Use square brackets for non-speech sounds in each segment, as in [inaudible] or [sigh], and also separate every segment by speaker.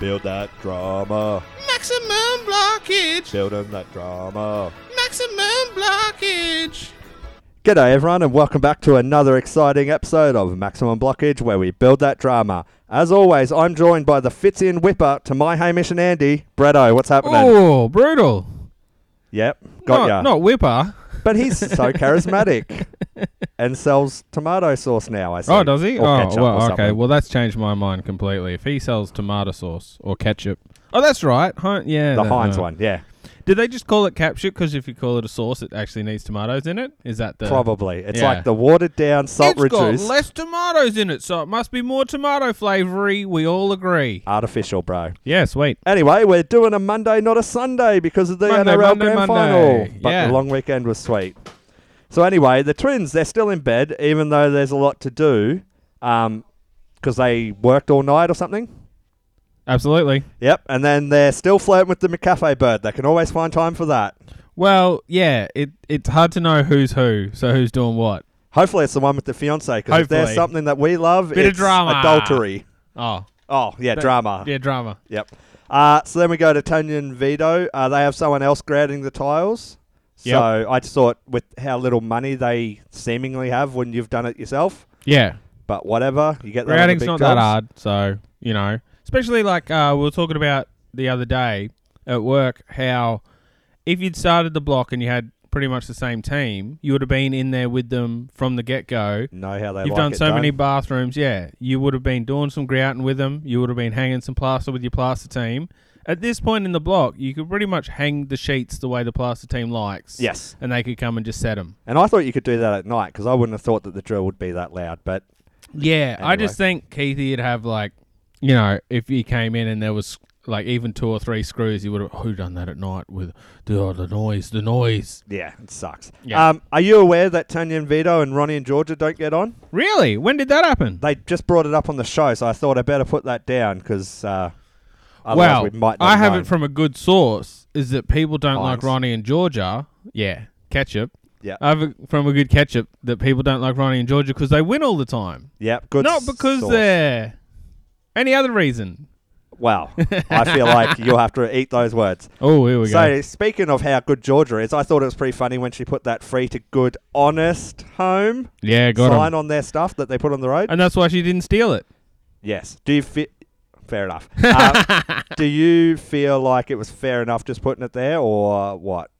Speaker 1: Build that drama.
Speaker 2: Maximum blockage.
Speaker 1: Build on that drama.
Speaker 2: Maximum blockage.
Speaker 1: G'day, everyone, and welcome back to another exciting episode of Maximum Blockage where we build that drama. As always, I'm joined by the Fits In Whipper to my Hamish and Andy. Bretto, what's happening?
Speaker 2: Oh, brutal.
Speaker 1: Yep, got
Speaker 2: not,
Speaker 1: ya.
Speaker 2: Not whipper.
Speaker 1: But he's
Speaker 2: [laughs]
Speaker 1: so charismatic and sells tomato sauce now, I see.
Speaker 2: Oh, does he?
Speaker 1: Or
Speaker 2: oh,
Speaker 1: ketchup or
Speaker 2: well, okay.
Speaker 1: something.
Speaker 2: Well, that's changed my mind completely. If he sells tomato sauce or ketchup. Oh, that's right. Hein- yeah.
Speaker 1: The
Speaker 2: that-
Speaker 1: Heinz
Speaker 2: uh,
Speaker 1: one, yeah.
Speaker 2: Did they just call it ketchup because if you call it a sauce, it actually needs tomatoes in it? Is that the.
Speaker 1: Probably. It's
Speaker 2: yeah.
Speaker 1: like the watered down salt
Speaker 2: It's got
Speaker 1: reduced.
Speaker 2: less tomatoes in it, so it must be more tomato flavoury. We all agree.
Speaker 1: Artificial, bro.
Speaker 2: Yeah, sweet.
Speaker 1: Anyway, we're doing a Monday, not a Sunday, because of the
Speaker 2: Monday,
Speaker 1: NRL
Speaker 2: Monday,
Speaker 1: Grand
Speaker 2: Monday.
Speaker 1: Final. But
Speaker 2: Yeah.
Speaker 1: the long weekend was sweet. So anyway, the twins they're still in bed, even though there's a lot to do, because they worked all night or something.
Speaker 2: Absolutely.
Speaker 1: Yep, and then they're still flirting with the McCafe bird. They can always find time for that.
Speaker 2: Well, yeah, it it's hard to know who's who, so who's doing what.
Speaker 1: Hopefully, it's the one with the fiance. Because if there's
Speaker 2: Hopefully.
Speaker 1: something that we love,
Speaker 2: Bit of
Speaker 1: it's
Speaker 2: drama.
Speaker 1: adultery.
Speaker 2: Oh,
Speaker 1: Oh yeah,
Speaker 2: That-
Speaker 1: drama.
Speaker 2: yeah, drama.
Speaker 1: Yep. Uh, so then we go to Tanya and Vito. Uh, they have someone else grading the tiles.
Speaker 2: Yep.
Speaker 1: So I just thought, with how little money they seemingly have when you've done it yourself,
Speaker 2: Yeah,
Speaker 1: but whatever, you get that. on the
Speaker 2: grading's
Speaker 1: big
Speaker 2: not that
Speaker 1: jobs.
Speaker 2: hard, so you know, especially like uh, we were talking about the other day at work how if you'd started the block and you had pretty much the same team, you would have been in there with them from the get go.
Speaker 1: Know how they
Speaker 2: You've
Speaker 1: like
Speaker 2: done
Speaker 1: it
Speaker 2: so many bathrooms, yeah. You would have been doing some grouting with them. You would have been hanging some plaster with your plaster team. At this point in the block, you could pretty much hang the sheets the way the plaster team likes.
Speaker 1: Yes,
Speaker 2: and they could come and just set them.
Speaker 1: and I thought you could do that at night because I wouldn't have thought that the drill would be that loud. But
Speaker 2: Yeah, I
Speaker 1: Anyway.
Speaker 2: just think Keithy would have like, you know, if he came in and there was like even two or three screws, he would have who done that at night with the oh, the noise, the noise.
Speaker 1: yeah, it sucks.
Speaker 2: Yeah.
Speaker 1: Um, are you aware that Tanya and Vito and Ronnie and Georgia don't get on?
Speaker 2: Really? When did that happen?
Speaker 1: They just brought it up on the show, so I thought I better put that down because uh, otherwise
Speaker 2: well,
Speaker 1: we might. Not
Speaker 2: I have
Speaker 1: know.
Speaker 2: it from a good source. Is that people don't like
Speaker 1: Heinz.
Speaker 2: Ronnie and Georgia? Yeah, ketchup.
Speaker 1: Yeah.
Speaker 2: I have it from a good ketchup that people don't like Ronnie and Georgia because they win all the time.
Speaker 1: Yep, good.
Speaker 2: Not because
Speaker 1: source.
Speaker 2: they're any other reason. [laughs]
Speaker 1: Wow. I feel like you'll have to eat those words.
Speaker 2: Oh, here we go.
Speaker 1: So, speaking of how good Georgia is, I thought it was pretty funny when she put that free to good, honest home
Speaker 2: Yeah, got 'em.
Speaker 1: sign on their stuff that they put on the road.
Speaker 2: And that's why she didn't steal it.
Speaker 1: yes. Do you feel.
Speaker 2: [laughs]
Speaker 1: Fair enough. Uh, do you feel like it was fair enough just putting it there or what?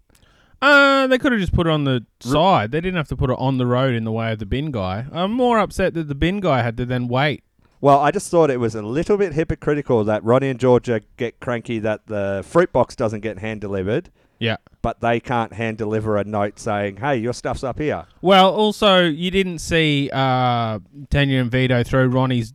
Speaker 2: Uh, they could have just put it on the side. They didn't have to put it on the road in the way of the bin guy. I'm more upset that the bin guy had to then wait.
Speaker 1: Well, I just thought it was a little bit hypocritical that Ronnie and Georgia get cranky that the fruit box doesn't get hand delivered,
Speaker 2: Yeah.
Speaker 1: but they can't hand deliver a note saying, hey, your stuff's up here.
Speaker 2: Well, also you didn't see uh Tanya and Vito throw Ronnie's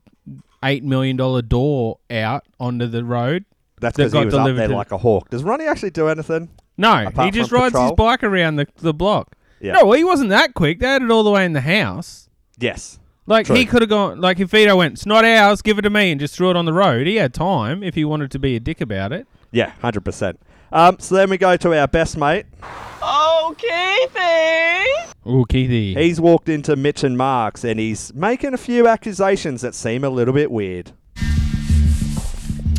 Speaker 2: eight million dollar door out onto the road.
Speaker 1: That's
Speaker 2: That
Speaker 1: because he
Speaker 2: got
Speaker 1: was up
Speaker 2: delivered
Speaker 1: there
Speaker 2: to-
Speaker 1: like a hawk. Does Ronnie actually do anything?
Speaker 2: No,
Speaker 1: Apart
Speaker 2: he just
Speaker 1: from
Speaker 2: rides
Speaker 1: patrol?
Speaker 2: his bike around the the block.
Speaker 1: Yeah.
Speaker 2: No, he wasn't that quick. They had it all the way in the house.
Speaker 1: Yes.
Speaker 2: Like
Speaker 1: True.
Speaker 2: he could have gone. Like if Vito went, it's not ours. Give it to me, and just threw it on the road. He had time if he wanted to be a dick about it.
Speaker 1: Yeah, hundred percent. Um, so then we go to our best mate.
Speaker 2: Ooh, Keithy.
Speaker 1: He's walked into Mitch and Marks, and he's making a few accusations that seem a little bit weird.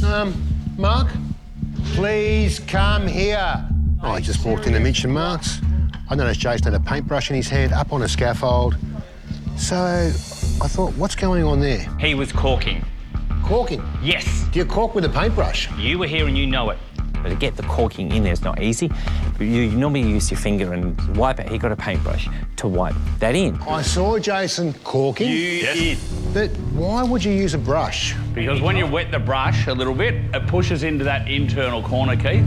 Speaker 3: Um, Mark, please come here. Oh, I just walked into Mitch and Mark's. I noticed Jason had a paintbrush in his hand up on a scaffold. So I thought, what's going on there?
Speaker 4: He was corking.
Speaker 3: Corking.
Speaker 4: Yes,
Speaker 3: Do you cork with a paintbrush?
Speaker 4: you were here and you know it. But to get the corking in there is not easy. You you normally use your finger and wipe it. He got a paintbrush to wipe that in.
Speaker 3: I saw Jason corking. But why would you use a brush?
Speaker 5: Because when you wet the brush a little bit, it pushes into that internal corner, Keith.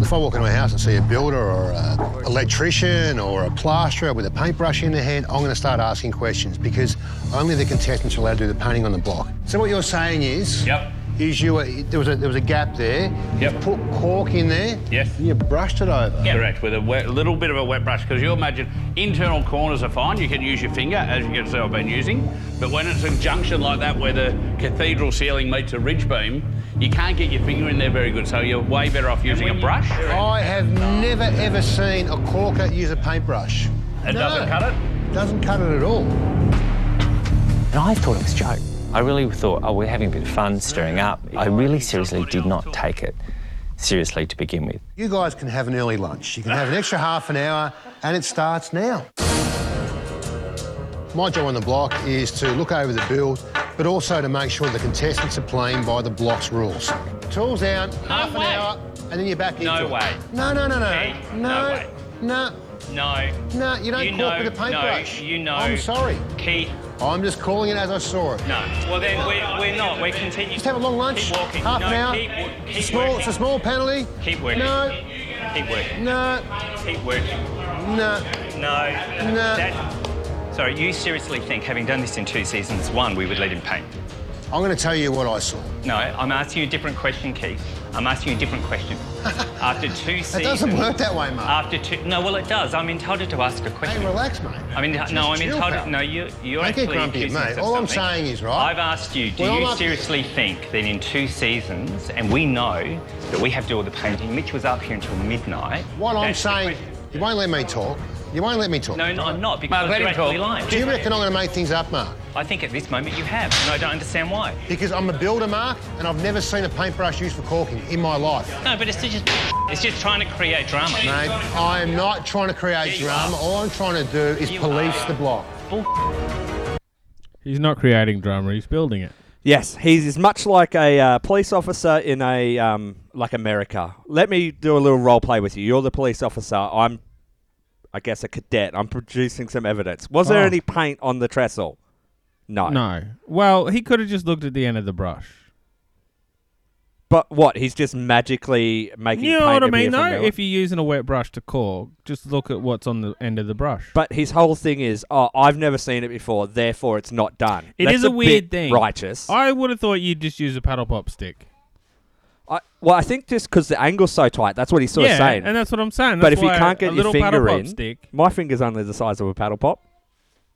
Speaker 3: If I walk into a house and see a builder or an electrician or a plasterer with a paintbrush in their hand, I'm going to start asking questions because only the contestants are allowed to do the painting on the block. So what you're saying is,
Speaker 5: Yep.
Speaker 3: is you were, there was a there was a gap there.
Speaker 5: Yep.
Speaker 3: You put cork in there.
Speaker 5: Yes.
Speaker 3: and You brushed it over.
Speaker 5: Correct, with a wet, little bit of a wet brush, because you imagine internal corners are fine. You can use your finger, as you can see I've been using. But when it's a junction like that where the cathedral ceiling meets a ridge beam, you can't get your finger in there very good. So you're way better off using a brush.
Speaker 3: I have never ever seen a corker use a paintbrush.
Speaker 5: It doesn't cut it.
Speaker 3: Doesn't cut it at all.
Speaker 4: And I thought it was a joke. I really thought, oh, we're having a bit of fun, stirring up. I really seriously did not take it seriously to begin with.
Speaker 3: You guys can have an early lunch. You can have an extra half an hour, and it starts now. My job on the block is to look over the build, but also to make sure the contestants are playing by the block's rules. Tools down, half an
Speaker 5: way.
Speaker 3: hour, and then you're back
Speaker 5: No
Speaker 3: into it.
Speaker 5: way.
Speaker 3: No, no, no, no.
Speaker 5: Hey, no
Speaker 3: no,
Speaker 5: way.
Speaker 3: no,
Speaker 5: No.
Speaker 3: no, you don't
Speaker 5: You
Speaker 3: call
Speaker 5: know-
Speaker 3: it with a paintbrush.
Speaker 5: no, you know.
Speaker 3: I'm sorry.
Speaker 5: Keith,
Speaker 3: I'm just calling it as I saw it.
Speaker 5: no. Well, then we're, we're not. We're continuing.
Speaker 3: Just have a long lunch.
Speaker 5: Keep walking.
Speaker 3: Half
Speaker 5: no,
Speaker 3: an hour.
Speaker 5: Keep, wa- keep
Speaker 3: small,
Speaker 5: working.
Speaker 3: It's a small penalty.
Speaker 5: Keep working.
Speaker 3: No,
Speaker 5: Keep working.
Speaker 3: no,
Speaker 5: Keep working.
Speaker 3: no.
Speaker 6: No.
Speaker 3: No.
Speaker 6: That- sorry, you seriously think, having done this in two seasons, one, we would let him paint?
Speaker 3: I'm going to tell you what I saw.
Speaker 6: No, I'm asking you a different question, Keith. I'm asking you a different
Speaker 3: [laughs]
Speaker 6: question. After two seasons.
Speaker 3: It doesn't work that way, Mark.
Speaker 6: After two. No, well, it does. I'm entitled to ask a question.
Speaker 3: Hey, relax, mate.
Speaker 6: I mean,
Speaker 3: Just
Speaker 6: no, I'm
Speaker 3: chill,
Speaker 6: entitled.
Speaker 3: pal.
Speaker 6: No, you, you're
Speaker 3: Don't get
Speaker 6: actually
Speaker 3: grumpy at
Speaker 6: accusing
Speaker 3: me.
Speaker 6: us of
Speaker 3: All I'm
Speaker 6: something.
Speaker 3: saying is, right?
Speaker 6: I've asked you, do
Speaker 3: Well,
Speaker 6: you
Speaker 3: I'm up-
Speaker 6: seriously think that in two seasons, and we know that we have to do all the painting, Mitch was up here until midnight.
Speaker 3: What I'm
Speaker 6: That's the
Speaker 3: saying,
Speaker 6: question.
Speaker 3: you won't let me talk. You won't let me talk.
Speaker 6: No, no, I'm not,
Speaker 5: Mark,
Speaker 6: because
Speaker 5: let
Speaker 6: you're
Speaker 5: him talk.
Speaker 6: actually lying.
Speaker 3: Do you reckon I'm going to make things up, Mark?
Speaker 6: I think at this moment you have, and I don't understand why.
Speaker 3: Because I'm a builder, Mark, and I've never seen a paintbrush used for caulking in my life.
Speaker 6: No, but it's just it's just trying to create drama.
Speaker 3: Mate, I'm not trying to create
Speaker 6: Yeah, you
Speaker 3: drama.
Speaker 6: are.
Speaker 3: All I'm trying to do is
Speaker 6: You
Speaker 3: police
Speaker 6: are.
Speaker 3: the block.
Speaker 2: He's not creating drama. He's building it.
Speaker 1: Yes, he's as much like a uh, police officer in a um, like America. Let me do a little role play with you. You're the police officer. I'm, I guess, a cadet. I'm producing some evidence. Was there
Speaker 2: Oh.
Speaker 1: any paint on the trestle? No.
Speaker 2: No. Well, he could have just looked at the end of the brush.
Speaker 1: But what? He's just magically making.
Speaker 2: You know
Speaker 1: paint
Speaker 2: what I
Speaker 1: appear
Speaker 2: mean,
Speaker 1: from
Speaker 2: though?
Speaker 1: nowhere?
Speaker 2: If you're using a wet brush to cork, just look at what's on the end of the brush.
Speaker 1: But his whole thing is, oh, I've never seen it before, therefore it's not done.
Speaker 2: It is
Speaker 1: That's
Speaker 2: a,
Speaker 1: a,
Speaker 2: weird
Speaker 1: bit
Speaker 2: thing.
Speaker 1: Righteous. I,
Speaker 2: I would have thought you'd just use a paddle pop stick.
Speaker 1: well, I think just because the angle's so tight, that's what he's sort
Speaker 2: yeah,
Speaker 1: of saying.
Speaker 2: and that's what I'm saying.
Speaker 1: but
Speaker 2: That's
Speaker 1: if you
Speaker 2: why
Speaker 1: can't
Speaker 2: a
Speaker 1: get your
Speaker 2: little paddle
Speaker 1: finger
Speaker 2: pop
Speaker 1: in,
Speaker 2: stick,
Speaker 1: my finger's only the size of a paddle pop.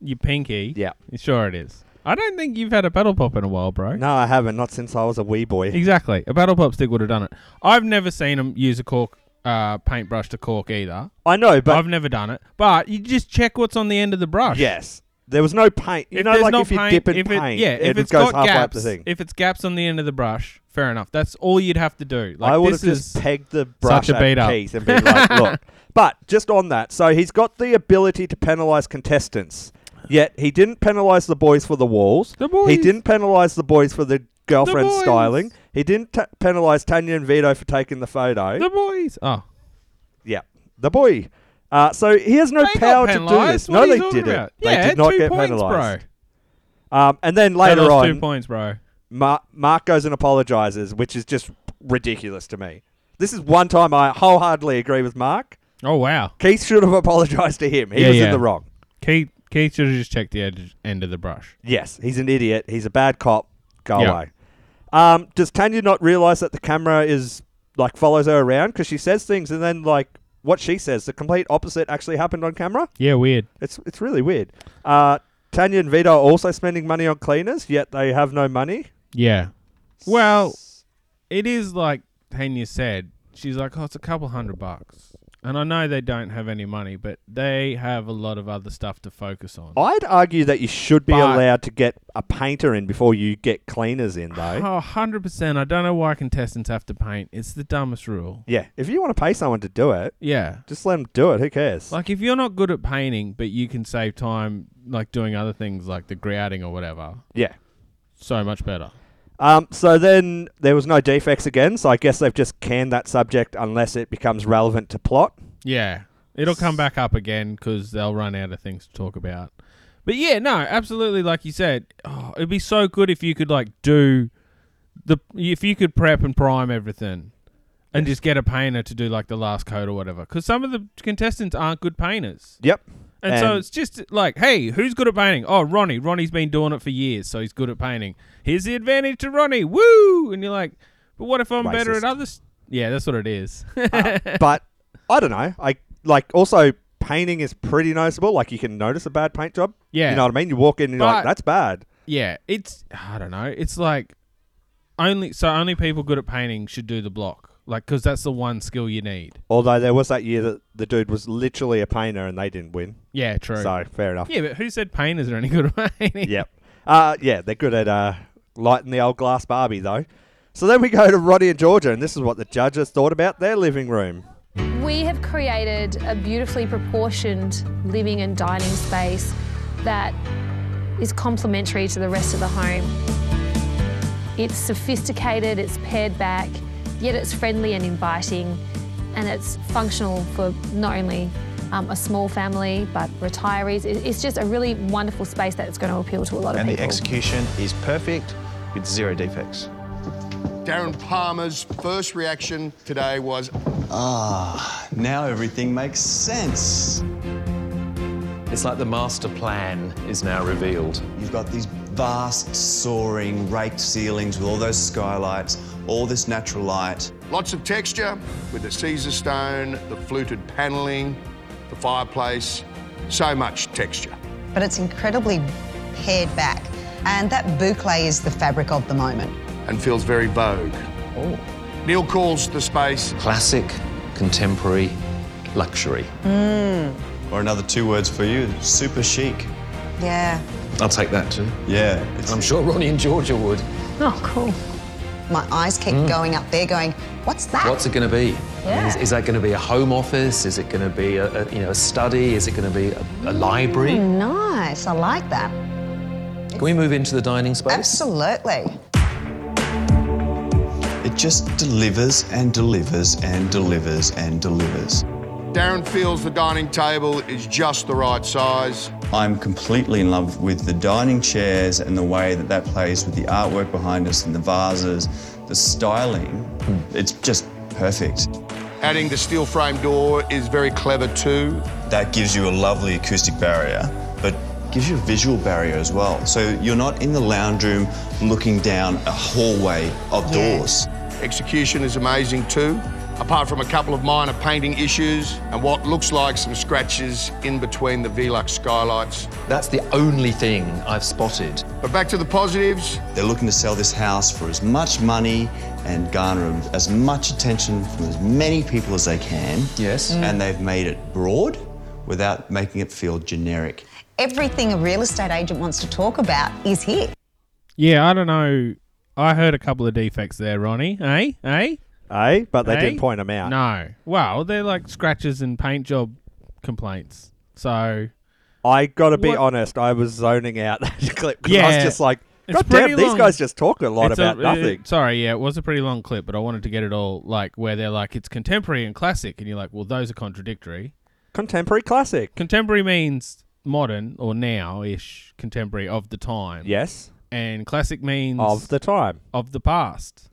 Speaker 2: your pinky.
Speaker 1: Yeah.
Speaker 2: Sure it is. I don't think you've had a paddle pop in a while, bro.
Speaker 1: No, I haven't. Not since I was a wee boy.
Speaker 2: Exactly. A paddle pop stick would have done it. I've never seen him use a cork uh, paintbrush to cork either.
Speaker 1: I know, but
Speaker 2: I've never done it. But you just check what's on the end of the brush.
Speaker 1: yes, there was no paint. You
Speaker 2: If
Speaker 1: know,
Speaker 2: there's
Speaker 1: like
Speaker 2: no
Speaker 1: if you
Speaker 2: paint-
Speaker 1: dip in
Speaker 2: if it-
Speaker 1: paint,
Speaker 2: yeah,
Speaker 1: it
Speaker 2: if it's
Speaker 1: goes
Speaker 2: got
Speaker 1: halfway up
Speaker 2: gaps,
Speaker 1: the thing.
Speaker 2: if it's gaps on the end of the brush, fair enough. That's all you'd have to do. Like
Speaker 1: I would have
Speaker 2: this
Speaker 1: just
Speaker 2: is
Speaker 1: pegged the brush
Speaker 2: a beat
Speaker 1: at
Speaker 2: up.
Speaker 1: Keith and
Speaker 2: [laughs]
Speaker 1: been like, look. But just on that, so he's got the ability to penalise contestants. Yet he didn't penalise the boys for the walls.
Speaker 2: The boys.
Speaker 1: He didn't penalise the boys for the girlfriend
Speaker 2: boys.
Speaker 1: styling. He didn't t- penalise Tanya and Vito for taking the photo.
Speaker 2: the boys. Oh,
Speaker 1: yeah, the boy. Uh, so he has no
Speaker 2: they
Speaker 1: power
Speaker 2: got
Speaker 1: to do
Speaker 2: penalised.
Speaker 1: this.
Speaker 2: What are
Speaker 1: No,
Speaker 2: you
Speaker 1: they
Speaker 2: talking
Speaker 1: didn't.
Speaker 2: about?
Speaker 1: They
Speaker 2: yeah,
Speaker 1: did not
Speaker 2: two
Speaker 1: get
Speaker 2: points,
Speaker 1: penalised.
Speaker 2: bro.
Speaker 1: Um, and then
Speaker 2: They
Speaker 1: later
Speaker 2: lost two
Speaker 1: on,
Speaker 2: points, bro.
Speaker 1: Mark, Mark goes and apologises, which is just ridiculous to me. This is one time I wholeheartedly agree with Mark.
Speaker 2: Oh wow,
Speaker 1: Keith should have apologised to him. He
Speaker 2: Yeah,
Speaker 1: was in
Speaker 2: yeah.
Speaker 1: the wrong.
Speaker 2: Keith. Keith should have just checked the edge, end of the brush.
Speaker 1: Yes, he's an idiot. He's a bad cop. Go
Speaker 2: Yeah.
Speaker 1: away. Um, does Tanya not realise that the camera is like follows her around because she says things and then like what she says, the complete opposite actually happened on camera?
Speaker 2: Yeah, weird.
Speaker 1: It's it's really weird. Uh, Tanya and Vito are also spending money on cleaners, yet they have no money.
Speaker 2: Yeah. Well, it is like Tanya said. She's like, oh, it's a couple hundred bucks. And I know they don't have any money, but they have a lot of other stuff to focus on.
Speaker 1: I'd argue that you should be
Speaker 2: But-
Speaker 1: allowed to get a painter in before you get cleaners in, though.
Speaker 2: Oh, 100%. I don't know why contestants have to paint. It's the dumbest rule.
Speaker 1: yeah, if you want to pay someone to do it,
Speaker 2: Yeah.
Speaker 1: just let them do it. Who cares?
Speaker 2: Like, if you're not good at painting, but you can save time, like doing other things like the grouting or whatever,
Speaker 1: yeah.
Speaker 2: so much better.
Speaker 1: Um, so then there was no defects again, so I guess they've just canned that subject unless it becomes relevant to plot.
Speaker 2: Yeah. It'll come back up again because they'll run out of things to talk about. But yeah, no, absolutely. Like you said, oh, it'd be so good if you could like do the if you could prep and prime everything, and just get a painter to do like the last coat or whatever. Because some of the contestants aren't good painters,
Speaker 1: Yep.
Speaker 2: and, so it's just like, hey, who's good at painting? Oh, Ronnie. Ronnie's been doing it for years, so he's good at painting. Here's the advantage to Ronnie. Woo! And you're like, but what if I'm better
Speaker 1: Racist.
Speaker 2: at others? Yeah, that's what it
Speaker 1: [laughs]
Speaker 2: is.
Speaker 1: Uh, but I don't know. I like also painting is pretty noticeable. Like you can notice a bad paint job.
Speaker 2: Yeah.
Speaker 1: You know what I mean? You walk in and you're like,
Speaker 2: But-
Speaker 1: that's bad.
Speaker 2: Yeah, it's I don't know. It's like only so only people good at painting should do the block, like because that's the one skill you need.
Speaker 1: Although there was that year that the dude was literally a painter and they didn't win.
Speaker 2: Yeah, true.
Speaker 1: So fair enough. [laughs]
Speaker 2: Yeah, but who said painters are any good at [laughs] painting?
Speaker 1: Yep. Uh, yeah, they're good at uh, lighting the old glass Barbie, though. So then we go to Roddy and Georgia, and this is what the judges thought about their living room.
Speaker 7: We have created a beautifully proportioned living and dining space that is complementary to the rest of the home. It's sophisticated, it's pared back, yet it's friendly and inviting, and it's functional for not only um, a small family but retirees. It- It's just a really wonderful space that's going to appeal to a lot of
Speaker 8: and the
Speaker 7: people.
Speaker 8: execution is perfect with zero defects.
Speaker 9: Darren Palmer's first reaction today was
Speaker 10: Ah, Now everything makes sense.
Speaker 11: It's like the master plan is now revealed.
Speaker 10: You've got these vast, soaring, raked ceilings with all those skylights, all this natural light.
Speaker 9: lots of texture with the Caesar stone, the fluted panelling, the fireplace, so much texture.
Speaker 11: But it's incredibly pared back. And that boucle is the fabric of the moment.
Speaker 9: and feels very vogue.
Speaker 10: Oh.
Speaker 9: Neil calls the space
Speaker 11: Classic, contemporary, luxury.
Speaker 7: Mm.
Speaker 10: Or another two words for you super chic.
Speaker 11: Yeah.
Speaker 10: I'll take that too. Yeah. It's,
Speaker 4: I'm sure Ronnie and Georgia would.
Speaker 7: oh, cool.
Speaker 11: My eyes keep going up there, going, what's that?
Speaker 4: What's it going to be?
Speaker 7: Yeah.
Speaker 4: Is, is that going to be a home office? Is it going to be a, a, you know a study? Is it going to be a, a library?
Speaker 11: Hmm. Mm, nice. I like that.
Speaker 4: Can we move into the dining space?
Speaker 11: Absolutely.
Speaker 10: it just delivers and delivers and delivers and delivers.
Speaker 9: Darren feels the dining table is just the right size.
Speaker 10: I'm completely in love with the dining chairs and the way that that plays with the artwork behind us and the vases, the styling. It's just perfect.
Speaker 9: Adding the steel frame door is very clever too.
Speaker 10: That gives you a lovely acoustic barrier, but gives you a visual barrier as well. So you're not in the lounge room looking down a hallway of
Speaker 11: Yeah.
Speaker 10: doors.
Speaker 9: Execution is amazing too, apart from a couple of minor painting issues and what looks like some scratches in between the Velux skylights.
Speaker 11: That's the only thing I've spotted.
Speaker 9: But back to the positives,
Speaker 10: They're looking to sell this house for as much money and garner as much attention from as many people as they can.
Speaker 11: Yes. Mm.
Speaker 10: And they've made it broad without making it feel generic.
Speaker 11: Everything a real estate agent wants to talk about is here.
Speaker 2: Yeah, I don't know. I heard a couple of defects there, Ronnie. Eh? Eh?
Speaker 1: Eh? But they
Speaker 2: Eh?
Speaker 1: didn't point them out.
Speaker 2: No. Well, they're like scratches and paint job complaints. So
Speaker 1: I gotta be
Speaker 2: What-
Speaker 1: honest, I was zoning out [laughs] that clip 'cause I was
Speaker 2: Yeah.
Speaker 1: just like,
Speaker 2: It's
Speaker 1: God damn,
Speaker 2: pretty
Speaker 1: these
Speaker 2: long.
Speaker 1: guys just talk a lot
Speaker 2: It's a-
Speaker 1: about nothing.
Speaker 2: uh, sorry, yeah, it was a pretty long clip, but I wanted to get it all like where they're like it's contemporary and classic, and you're like, well, those are contradictory.
Speaker 1: Contemporary classic.
Speaker 2: Contemporary means modern or now-ish contemporary of the time.
Speaker 1: Yes.
Speaker 2: and classic means
Speaker 1: Of the time.
Speaker 2: of the past.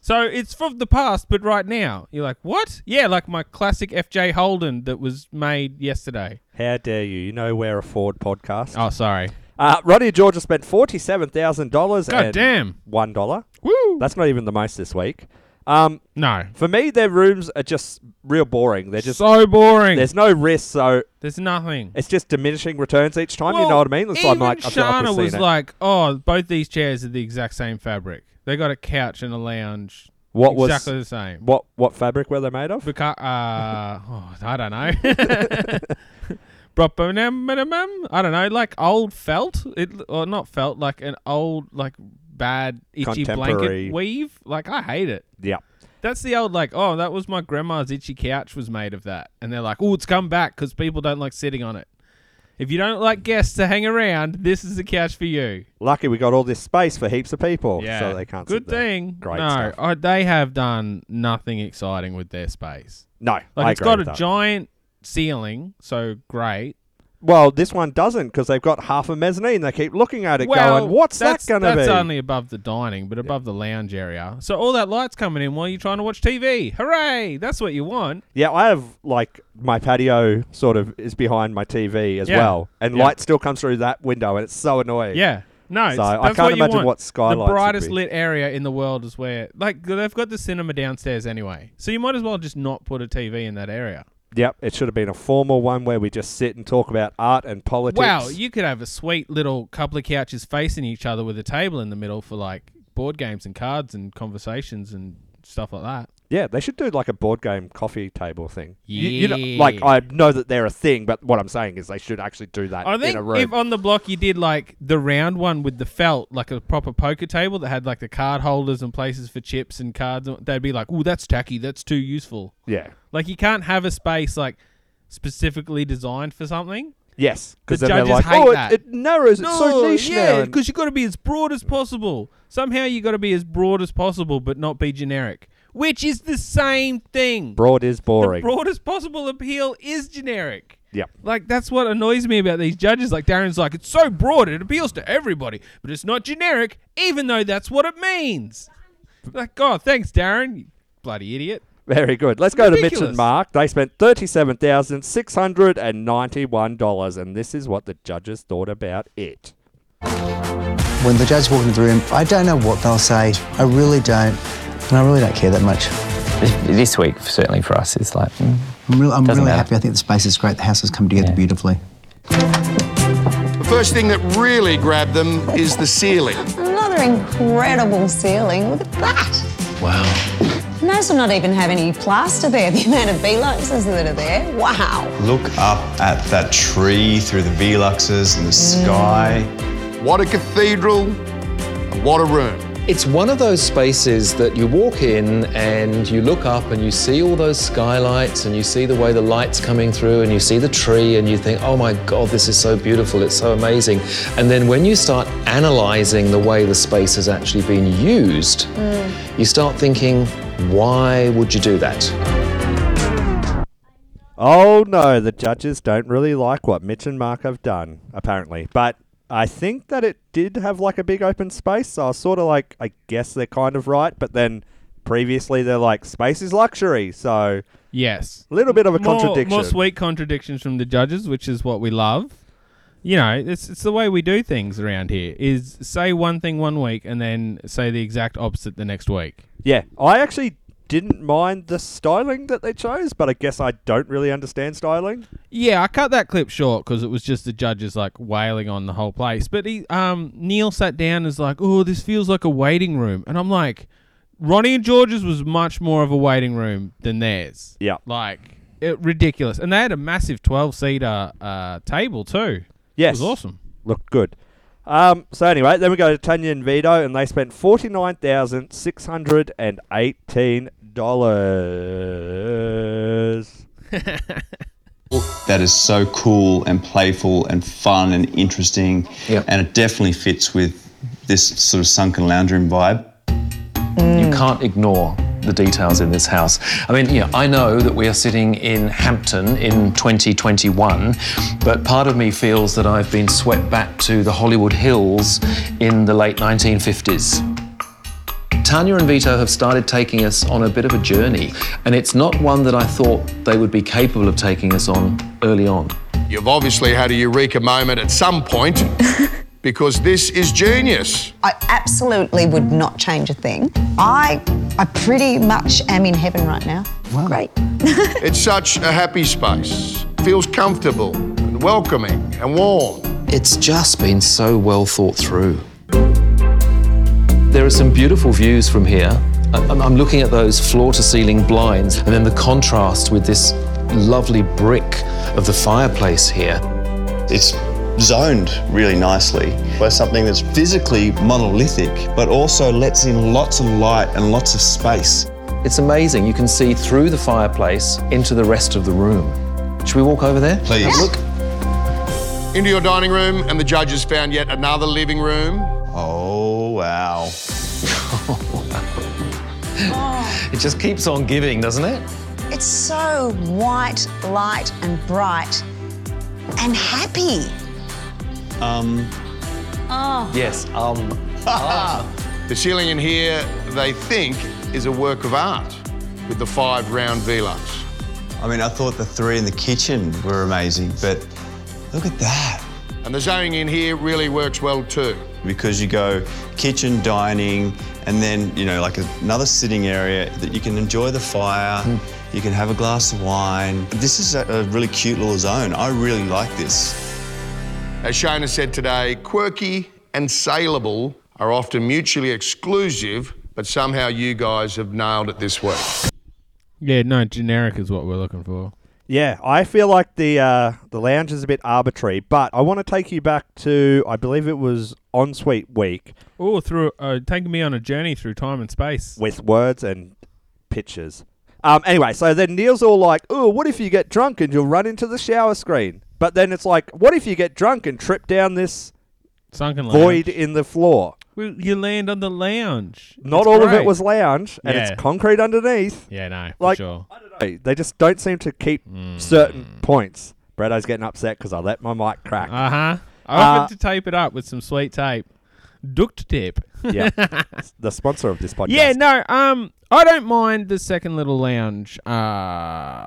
Speaker 2: So it's from the past, but right now you're like, what? Yeah, like my classic FJ Holden that was made yesterday.
Speaker 1: How dare you? You know we're a Ford podcast.
Speaker 2: Oh, sorry.
Speaker 1: Uh, Roddy and Georgia spent forty-seven thousand dollars
Speaker 2: God
Speaker 1: and
Speaker 2: damn.
Speaker 1: one dollar.
Speaker 2: Woo.
Speaker 1: That's not even the most this week. Um,
Speaker 2: no.
Speaker 1: for me, their rooms are just real boring. They're just
Speaker 2: so boring. There's,
Speaker 1: there's no risk, so
Speaker 2: nothing.
Speaker 1: it's just diminishing returns each time. you know what I mean? It's
Speaker 2: even
Speaker 1: like, I feel like
Speaker 2: Shana
Speaker 1: we've
Speaker 2: was
Speaker 1: seen it.
Speaker 2: like, "Oh, both these chairs are the exact same fabric. They got a couch and a lounge.
Speaker 1: What was-
Speaker 2: exactly the same?
Speaker 1: what what fabric were they made of?
Speaker 2: Beca- uh, oh, I don't know. [laughs] Broponemmenemem? I don't know, like old felt, it or not felt, like an old like bad itchy
Speaker 1: Contemporary.
Speaker 2: blanket weave. Like I hate it.
Speaker 1: yeah.
Speaker 2: That's the old like, oh, that was my grandma's itchy couch was made of that, and they're like, oh, it's come back because people don't like sitting on it. If you don't like guests to hang around, this is the couch for you.
Speaker 1: Lucky we got all this space for heaps of people,
Speaker 2: Yeah,
Speaker 1: so they can't.
Speaker 2: Good
Speaker 1: sit there.
Speaker 2: thing.
Speaker 1: Great
Speaker 2: no,
Speaker 1: stuff.
Speaker 2: I, they have done nothing exciting with their space.
Speaker 1: No,
Speaker 2: Like
Speaker 1: I
Speaker 2: it's
Speaker 1: agree
Speaker 2: got
Speaker 1: with
Speaker 2: a
Speaker 1: that.
Speaker 2: giant ceiling, so great.
Speaker 1: Well, this one doesn't because they've got half a mezzanine. They keep looking at it,
Speaker 2: well,
Speaker 1: going, "What's that
Speaker 2: that's-
Speaker 1: going to be?"
Speaker 2: That's only above the dining, but above the lounge area. So all that light's coming in while you're trying to watch TV. Hooray! That's what you want.
Speaker 1: Yeah, I have like my patio sort of is behind my TV as
Speaker 2: Yeah.
Speaker 1: well, and
Speaker 2: Yeah.
Speaker 1: light still comes through that window, and it's so annoying.
Speaker 2: Yeah. No,
Speaker 1: So
Speaker 2: it's-
Speaker 1: I
Speaker 2: that's
Speaker 1: can't
Speaker 2: what you
Speaker 1: imagine
Speaker 2: want.
Speaker 1: what skylights
Speaker 2: The
Speaker 1: would
Speaker 2: brightest
Speaker 1: be.
Speaker 2: lit area in the world is where, like, they've got the cinema downstairs anyway. So you might as well just not put a TV in that area.
Speaker 1: Yep, it should have been a formal one where we just sit and talk about art and politics.
Speaker 2: Wow, you could have a sweet little couple of couches facing each other with a table in the middle for like board games and cards and conversations and stuff like that.
Speaker 1: Yeah, they should do like a board game coffee table thing. You- you know, like I know that they're a thing, but what I'm saying is they should actually do that
Speaker 2: I think
Speaker 1: in a room.
Speaker 2: if on the block you did like the round one with the felt, like a proper poker table that had like the card holders and places for chips and cards, and- they'd be like, "Oh, that's tacky. That's too useful."
Speaker 1: Yeah.
Speaker 2: Like you can't have a space like specifically designed for something.
Speaker 1: Yes, because
Speaker 2: The
Speaker 1: then they're
Speaker 2: judges
Speaker 1: like,
Speaker 2: hate
Speaker 1: "Oh, it-
Speaker 2: that.
Speaker 1: it narrows, it's so niche now,"
Speaker 2: Yeah,
Speaker 1: and-
Speaker 2: because you got to be as broad as possible. Somehow you got to be as broad as possible, but not be generic, which is the same thing.
Speaker 1: Broad is boring.
Speaker 2: The broadest possible appeal is generic.
Speaker 1: Yep.
Speaker 2: Like that's what annoys me about these judges. Like Darren's like, it's so broad, it appeals to everybody, but it's not generic, even though that's what it means. Like, God, thanks, Darren, you bloody idiot.
Speaker 1: [laughs] Very good. Let's go to Mitch and
Speaker 2: Ridiculous.
Speaker 1: Mark. They spent thirty-seven thousand six hundred and ninety-one dollars, and this is what the judges thought about it.
Speaker 12: When the judges walk into the room, I don't know what they'll say. I really don't. And I really don't care that much.
Speaker 4: This week, certainly for us, is like, mm,
Speaker 12: I'm, real, I'm
Speaker 4: Doesn't
Speaker 12: really
Speaker 4: matter.
Speaker 12: happy. I think the space is great. The house has come together beautifully.
Speaker 9: The first thing that really grabbed them is the ceiling.
Speaker 11: Another incredible ceiling. Look at that.
Speaker 9: Wow.
Speaker 11: Notice I'm not even have any plaster there. [laughs] The amount of Veluxes that are there. Wow.
Speaker 10: Look up at that tree through the Veluxes and the
Speaker 11: Mm.
Speaker 10: sky.
Speaker 9: What a cathedral, and what a room.
Speaker 13: It's one of those spaces that you walk in and you look up and you see all those skylights and you see the way the light's coming through and you see the tree and you think, oh my God, this is so beautiful, it's so amazing. And then when you start analysing the way the space has actually been used, you start thinking, why would you do that?
Speaker 1: Oh no, the judges don't really like what Mitch and Mark have done, apparently. But I think that it did have like a big open space, so I was sort of like, I guess they're kind of right. But then previously they're like, space is luxury, so
Speaker 2: Yes.
Speaker 1: a little bit of a
Speaker 2: More-
Speaker 1: contradiction.
Speaker 2: More sweet contradictions from the judges, which is what we love. You know, it's it's the way we do things around here. Is say one thing one week and then say the exact opposite the next week.
Speaker 1: yeah, I actually didn't mind the styling that they chose, but I guess I don't really understand styling.
Speaker 2: Yeah, I cut that clip short because it was just the judges like wailing on the whole place. But he, um, Neil sat down and was like, "Oh, this feels like a waiting room," and I'm like, "Ronnie and George's was much more of a waiting room than theirs."
Speaker 1: Yeah,
Speaker 2: like it, ridiculous, and they had a massive twelve seater uh, table too.
Speaker 1: Yes.
Speaker 2: it was awesome.
Speaker 1: Looked good. Um, so anyway, then we go to Tanya and Vito, and they spent forty nine thousand six hundred and eighteen dollars.
Speaker 10: That is so cool and playful and fun and interesting. And it definitely fits with this sort of sunken lounge room vibe.
Speaker 13: You can't ignore the details in this house. I mean, yeah, I know that we are sitting in Hampton in 2021, but part of me feels that I've been swept back to the Hollywood Hills in the late 1950s. Tanya and Vito have started taking us on a bit of a journey, and it's not one that I thought they would be capable of taking us on early on.
Speaker 9: You've obviously had a eureka moment at some [laughs] point because this is genius.
Speaker 11: I absolutely would not change a thing. I I pretty much am in heaven right now. Great.
Speaker 9: [laughs] it's such a happy space. Feels comfortable and welcoming and warm.
Speaker 13: It's just been so well thought through. There are some beautiful views from here. I- I'm, I'm looking at those floor to ceiling blinds and then the contrast with this lovely brick of the fireplace here.
Speaker 10: It's zoned really nicely by something that's physically monolithic, but also lets in lots of light and lots of space.
Speaker 13: It's amazing. You can see through the fireplace into the rest of the room. Should we walk over there? Please. Look.
Speaker 9: Into your dining room, and the judges found yet another living room. Oh, wow.
Speaker 13: It just keeps on giving, doesn't it?
Speaker 11: It's so white, light, and bright, and happy.
Speaker 10: Um,
Speaker 11: Oh.
Speaker 13: Yes,
Speaker 9: [laughs]
Speaker 13: um.
Speaker 9: the ceiling in here, they think, is a work of art with the five round Velux.
Speaker 10: I mean, I thought the three in the kitchen were amazing, but look at that.
Speaker 9: And the zoning in here really works well too.
Speaker 10: Because you go kitchen, dining, and then, you know, like another sitting area that you can enjoy the fire, you can have a glass of wine. This is a, a really cute little zone. I really like this.
Speaker 9: As Shona said today, quirky and saleable are often mutually exclusive, but somehow you guys have nailed it this week.
Speaker 2: Yeah, no, generic is what we're looking for.
Speaker 1: Yeah, I feel like the uh, the lounge is a bit arbitrary, but I want to take you back to I believe it was Ensuite Week
Speaker 2: Oh, through uh, taking me on a journey through time and space.
Speaker 1: with words and pictures. Um, anyway, so then Neil's all like, "Oh, what if you get drunk and you'll run into the shower screen?" But then it's like, "What if you get drunk and trip down this
Speaker 2: Sunken lounge.
Speaker 1: void in the floor?"
Speaker 2: Well, you land on the lounge.
Speaker 1: Not
Speaker 2: It's
Speaker 1: all of
Speaker 2: great.
Speaker 1: it was lounge, and
Speaker 2: Yeah.
Speaker 1: it's concrete underneath.
Speaker 2: Yeah, no, for
Speaker 1: like
Speaker 2: sure. Hmm.
Speaker 1: I don't know, they just don't seem to keep certain points. Bretto's getting upset because I let my mic crack.
Speaker 2: Uh-huh. I
Speaker 1: Uh, [laughs]
Speaker 2: offered to tape it up with some sweet tape, duct tape. [laughs]
Speaker 1: yeah, Oh, the sponsor of this podcast.
Speaker 2: Yeah, no. Um, I don't mind the second little lounge. Uh,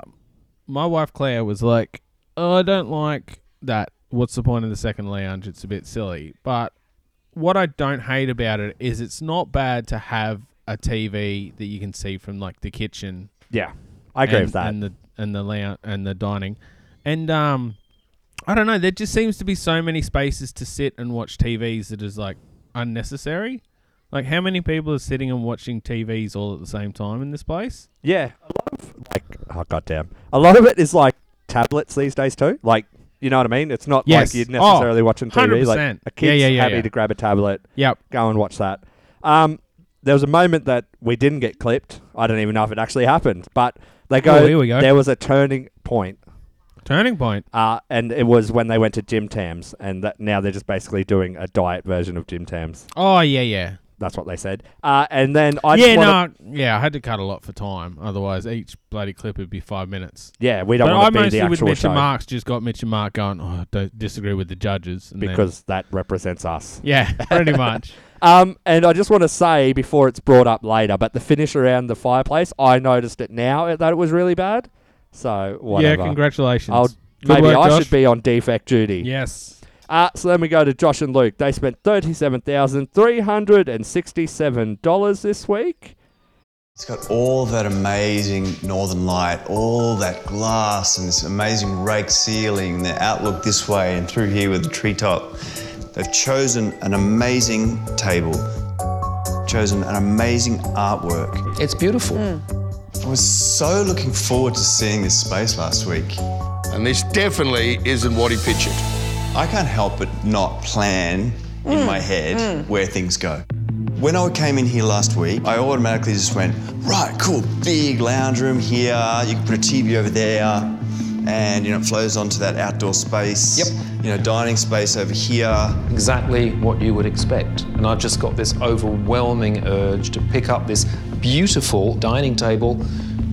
Speaker 2: my wife Claire was like, oh, "I don't like that. What's the point of the second lounge? It's a bit silly." But what I don't hate about it is it's not bad to have a TV that you can see from like the kitchen.
Speaker 1: Yeah, I agree
Speaker 2: and-
Speaker 1: with that.
Speaker 2: And the and the lounge and the dining, and um, I don't know. There just seems to be so many spaces to sit and watch TVs that is like unnecessary. Like, how many people are sitting and watching TVs all at the same time in this place?
Speaker 1: Yeah, a lot of like oh goddamn, a lot of it is like tablets these days too. Like you know what I mean? It's not
Speaker 2: Yes.
Speaker 1: like you're
Speaker 2: Oh,
Speaker 1: necessarily watching TV.
Speaker 2: 100%.
Speaker 1: Like a
Speaker 2: Yeah,
Speaker 1: kid's
Speaker 2: yeah, yeah,
Speaker 1: happy
Speaker 2: yeah.
Speaker 1: to grab a tablet.
Speaker 2: Yep.
Speaker 1: go and watch that. Um, there was a moment that we didn't get clipped. I don't even know if it actually happened, but they go.
Speaker 2: Oh, here we go.
Speaker 1: There was a turning point.
Speaker 2: Turning point.
Speaker 1: Uh, and it was when they went to Jim Tams, and that now they're just basically doing a diet version of Jim Tams.
Speaker 2: Oh yeah, yeah.
Speaker 1: That's what they said. Uh, and then I
Speaker 2: yeah,
Speaker 1: just wanna-
Speaker 2: no, yeah. I had to cut a lot for time, otherwise each bloody clip would be five minutes.
Speaker 1: Yeah, we don't
Speaker 2: But
Speaker 1: wanna
Speaker 2: I
Speaker 1: be
Speaker 2: mostly
Speaker 1: the
Speaker 2: with
Speaker 1: actual
Speaker 2: Mitch
Speaker 1: show.
Speaker 2: and Mark's just got Mitch and Mark going. Oh, I don't disagree with the judges and then-
Speaker 1: because that represents us.
Speaker 2: Yeah, pretty
Speaker 1: [laughs]
Speaker 2: much.
Speaker 1: um, and I just want to say before it's brought up later, but the finish around the fireplace, I noticed it now that it was really bad. So whatever.
Speaker 2: congratulations.
Speaker 1: I'll,
Speaker 2: Good
Speaker 1: maybe
Speaker 2: work,
Speaker 1: I
Speaker 2: Josh.
Speaker 1: should be on defect duty.
Speaker 2: Yes.
Speaker 1: Uh, so then we go to Josh and Luke. They spent thirty-seven thousand three hundred and sixty-seven dollars this week.
Speaker 10: It's got all that amazing northern light, all that glass, and this amazing rake ceiling, the outlook this way and through here with the treetop. They've chosen an amazing table, chosen an amazing artwork. It's beautiful. I was so looking forward to seeing this space last week.
Speaker 9: And this definitely isn't what he pictured.
Speaker 10: I can't help but not plan in
Speaker 9: Mm,
Speaker 10: my head
Speaker 9: mm.
Speaker 10: where things go. When I came in here last week, I automatically just went, right, cool, big lounge room here, you can put a TV over there, and you know, it flows onto that outdoor space. Yep. You know, dining space over here.
Speaker 13: Exactly what you would expect. And I've just got this overwhelming urge to pick up this beautiful dining table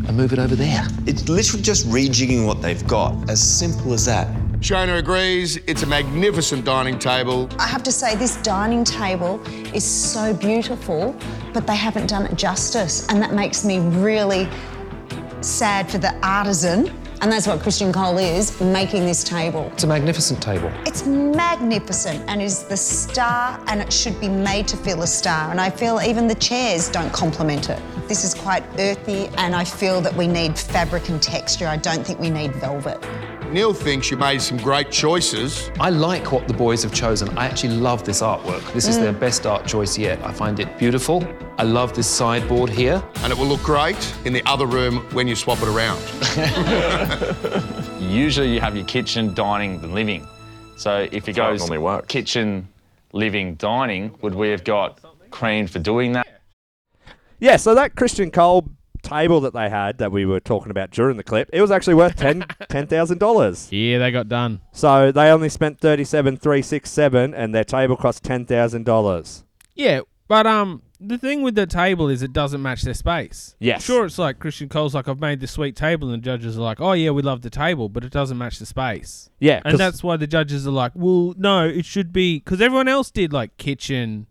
Speaker 13: and move it over there.
Speaker 10: It's literally just rejigging what they've got. As simple as that.
Speaker 9: Shona agrees it's a magnificent dining table.
Speaker 11: I have to say, this dining table is so beautiful, but they haven't done it justice. And that makes me really sad for the artisan. And that's what Christian Cole is making this table.
Speaker 13: It's a magnificent table.
Speaker 11: It's magnificent and is the star, and it should be made to feel a star. And I feel even the chairs don't complement it. This is quite earthy, and I feel that we need fabric and texture. I don't think we need velvet.
Speaker 9: Neil thinks you made some great choices.
Speaker 13: I like what the boys have chosen. I actually love this artwork. This is
Speaker 9: Mm.
Speaker 13: their best art choice yet. I find it beautiful. I love this sideboard here.
Speaker 9: And it will look great in the other room when you swap it around.
Speaker 14: Usually you have your kitchen, dining, and living. So if it goes kitchen, living, dining, would we have got creamed for doing that?
Speaker 1: Yeah, so that Christian Cole table that they had that we were talking about during the clip, it was actually
Speaker 2: [laughs]
Speaker 1: worth ten ten thousand dollars.
Speaker 2: Yeah, they got done.
Speaker 1: So they only spent thirty-seven three six seven, and their table cost ten thousand dollars.
Speaker 2: Yeah, but um, the thing with the table is it doesn't match their space.
Speaker 1: Yes.
Speaker 2: Sure, it's like Christian Cole's like, I've made this sweet table, and the judges are like, oh, yeah, we love the table, but it doesn't match the space.
Speaker 1: Yeah,
Speaker 2: And
Speaker 1: 'cause-
Speaker 2: that's why the judges are like, well, no, it should be, because everyone else did like kitchen,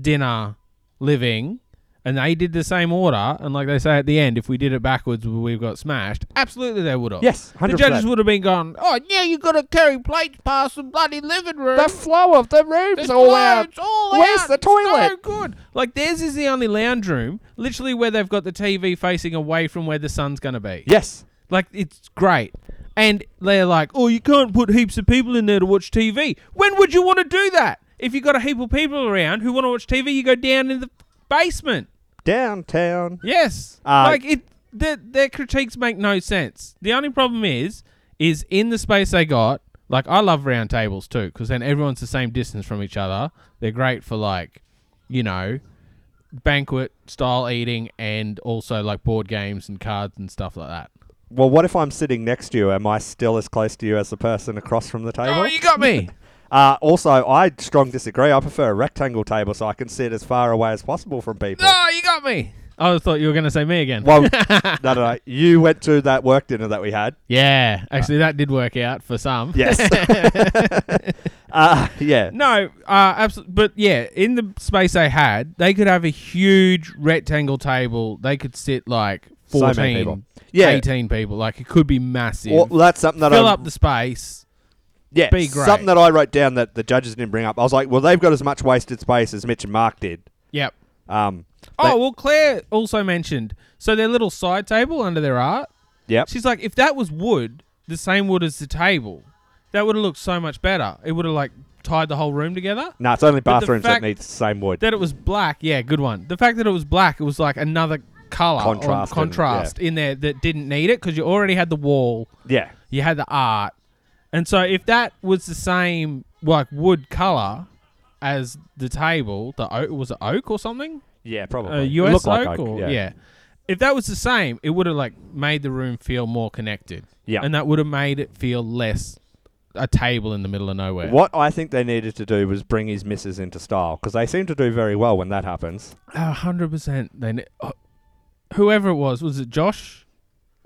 Speaker 2: dinner, living, and they did the same order. And like they say at the end, if we did it backwards, we've got smashed. Absolutely, they would have.
Speaker 1: Yes,
Speaker 2: The
Speaker 1: 100%.
Speaker 2: judges would have been gone, oh, yeah, you got to carry plates past the bloody living room.
Speaker 1: The flow of the room's
Speaker 2: The
Speaker 1: all
Speaker 2: flow,
Speaker 1: out.
Speaker 2: it's all
Speaker 1: Where's
Speaker 2: out.
Speaker 1: the
Speaker 2: It's no
Speaker 1: toilet?
Speaker 2: good. Like theirs is the only lounge room, literally where they've got the TV facing away from where the sun's gonna be.
Speaker 1: Yes.
Speaker 2: Like it's great. And they're like, Oh, you can't put heaps of people in there to watch TV. When would you want to do that? If you got a heap of people around who want to watch TV, you go down in the basement.
Speaker 1: Downtown.
Speaker 2: Yes.
Speaker 1: Uh,
Speaker 2: like it their their critiques make no sense. The only problem is, is in the space they got. Like I love round tables too, because then everyone's the same distance from each other. They're great for like, you know, banquet style eating and also like board games and cards and stuff like that.
Speaker 1: Well, what if I'm sitting next to you? Am I still as close to you as the person across from the table?
Speaker 2: Oh, you got me.
Speaker 1: [laughs] Uh, also, I strong disagree. I prefer a rectangle table so I can sit as far away as possible from people.
Speaker 2: Oh, you got me. I thought you were going to say me again. [laughs]
Speaker 1: Well, [laughs] no, no, no. You went to that work dinner that we had. Uh,
Speaker 2: yeah, actually, that did work out for some. [laughs]
Speaker 1: Yes. [laughs] uh, yeah.
Speaker 2: No, uh, absolutely. But yeah, in the space they had, they could have a huge rectangle table. They could sit like
Speaker 1: So many
Speaker 2: 14,
Speaker 1: people. Yeah.
Speaker 2: 18 people. Like it could be massive.
Speaker 1: Well, that's something that
Speaker 2: Fill
Speaker 1: I-
Speaker 2: up the space.
Speaker 1: Yeah,
Speaker 2: Be great.
Speaker 1: something that I wrote down that the judges didn't bring up. I was like, well, they've got as much wasted space as Mitch and Mark did.
Speaker 2: Yep.
Speaker 1: Um,
Speaker 2: Oh, well, Claire also mentioned so their little side table under their art.
Speaker 1: Yep.
Speaker 2: She's like, if that was wood, the same wood as the table, that would have looked so much better. It would have like tied the whole room together.
Speaker 1: No, it's only
Speaker 2: But the
Speaker 1: bathrooms that
Speaker 2: fact
Speaker 1: need the same wood.
Speaker 2: That it was black, yeah, good one. The fact that it was black, it was like another color
Speaker 1: Contrast and-
Speaker 2: contrast in there that didn't need it because you already had the wall.
Speaker 1: Yeah.
Speaker 2: you had the art, and so if that was the same like wood color as the table, the oak was it oak or something?
Speaker 1: Yeah,
Speaker 2: Uh,
Speaker 1: probably. It
Speaker 2: U.S.
Speaker 1: looked like
Speaker 2: oak,
Speaker 1: oak,
Speaker 2: or,
Speaker 1: yeah.
Speaker 2: yeah. If that was the same, it would have like made the room feel more connected.
Speaker 1: Yeah.
Speaker 2: and that would have made it feel less a table in the middle of nowhere.
Speaker 1: What I think they needed to do was bring his missus into style because they seem to do very well when that happens.
Speaker 2: A hundred percent. Then uh, whoever it was, was it Josh?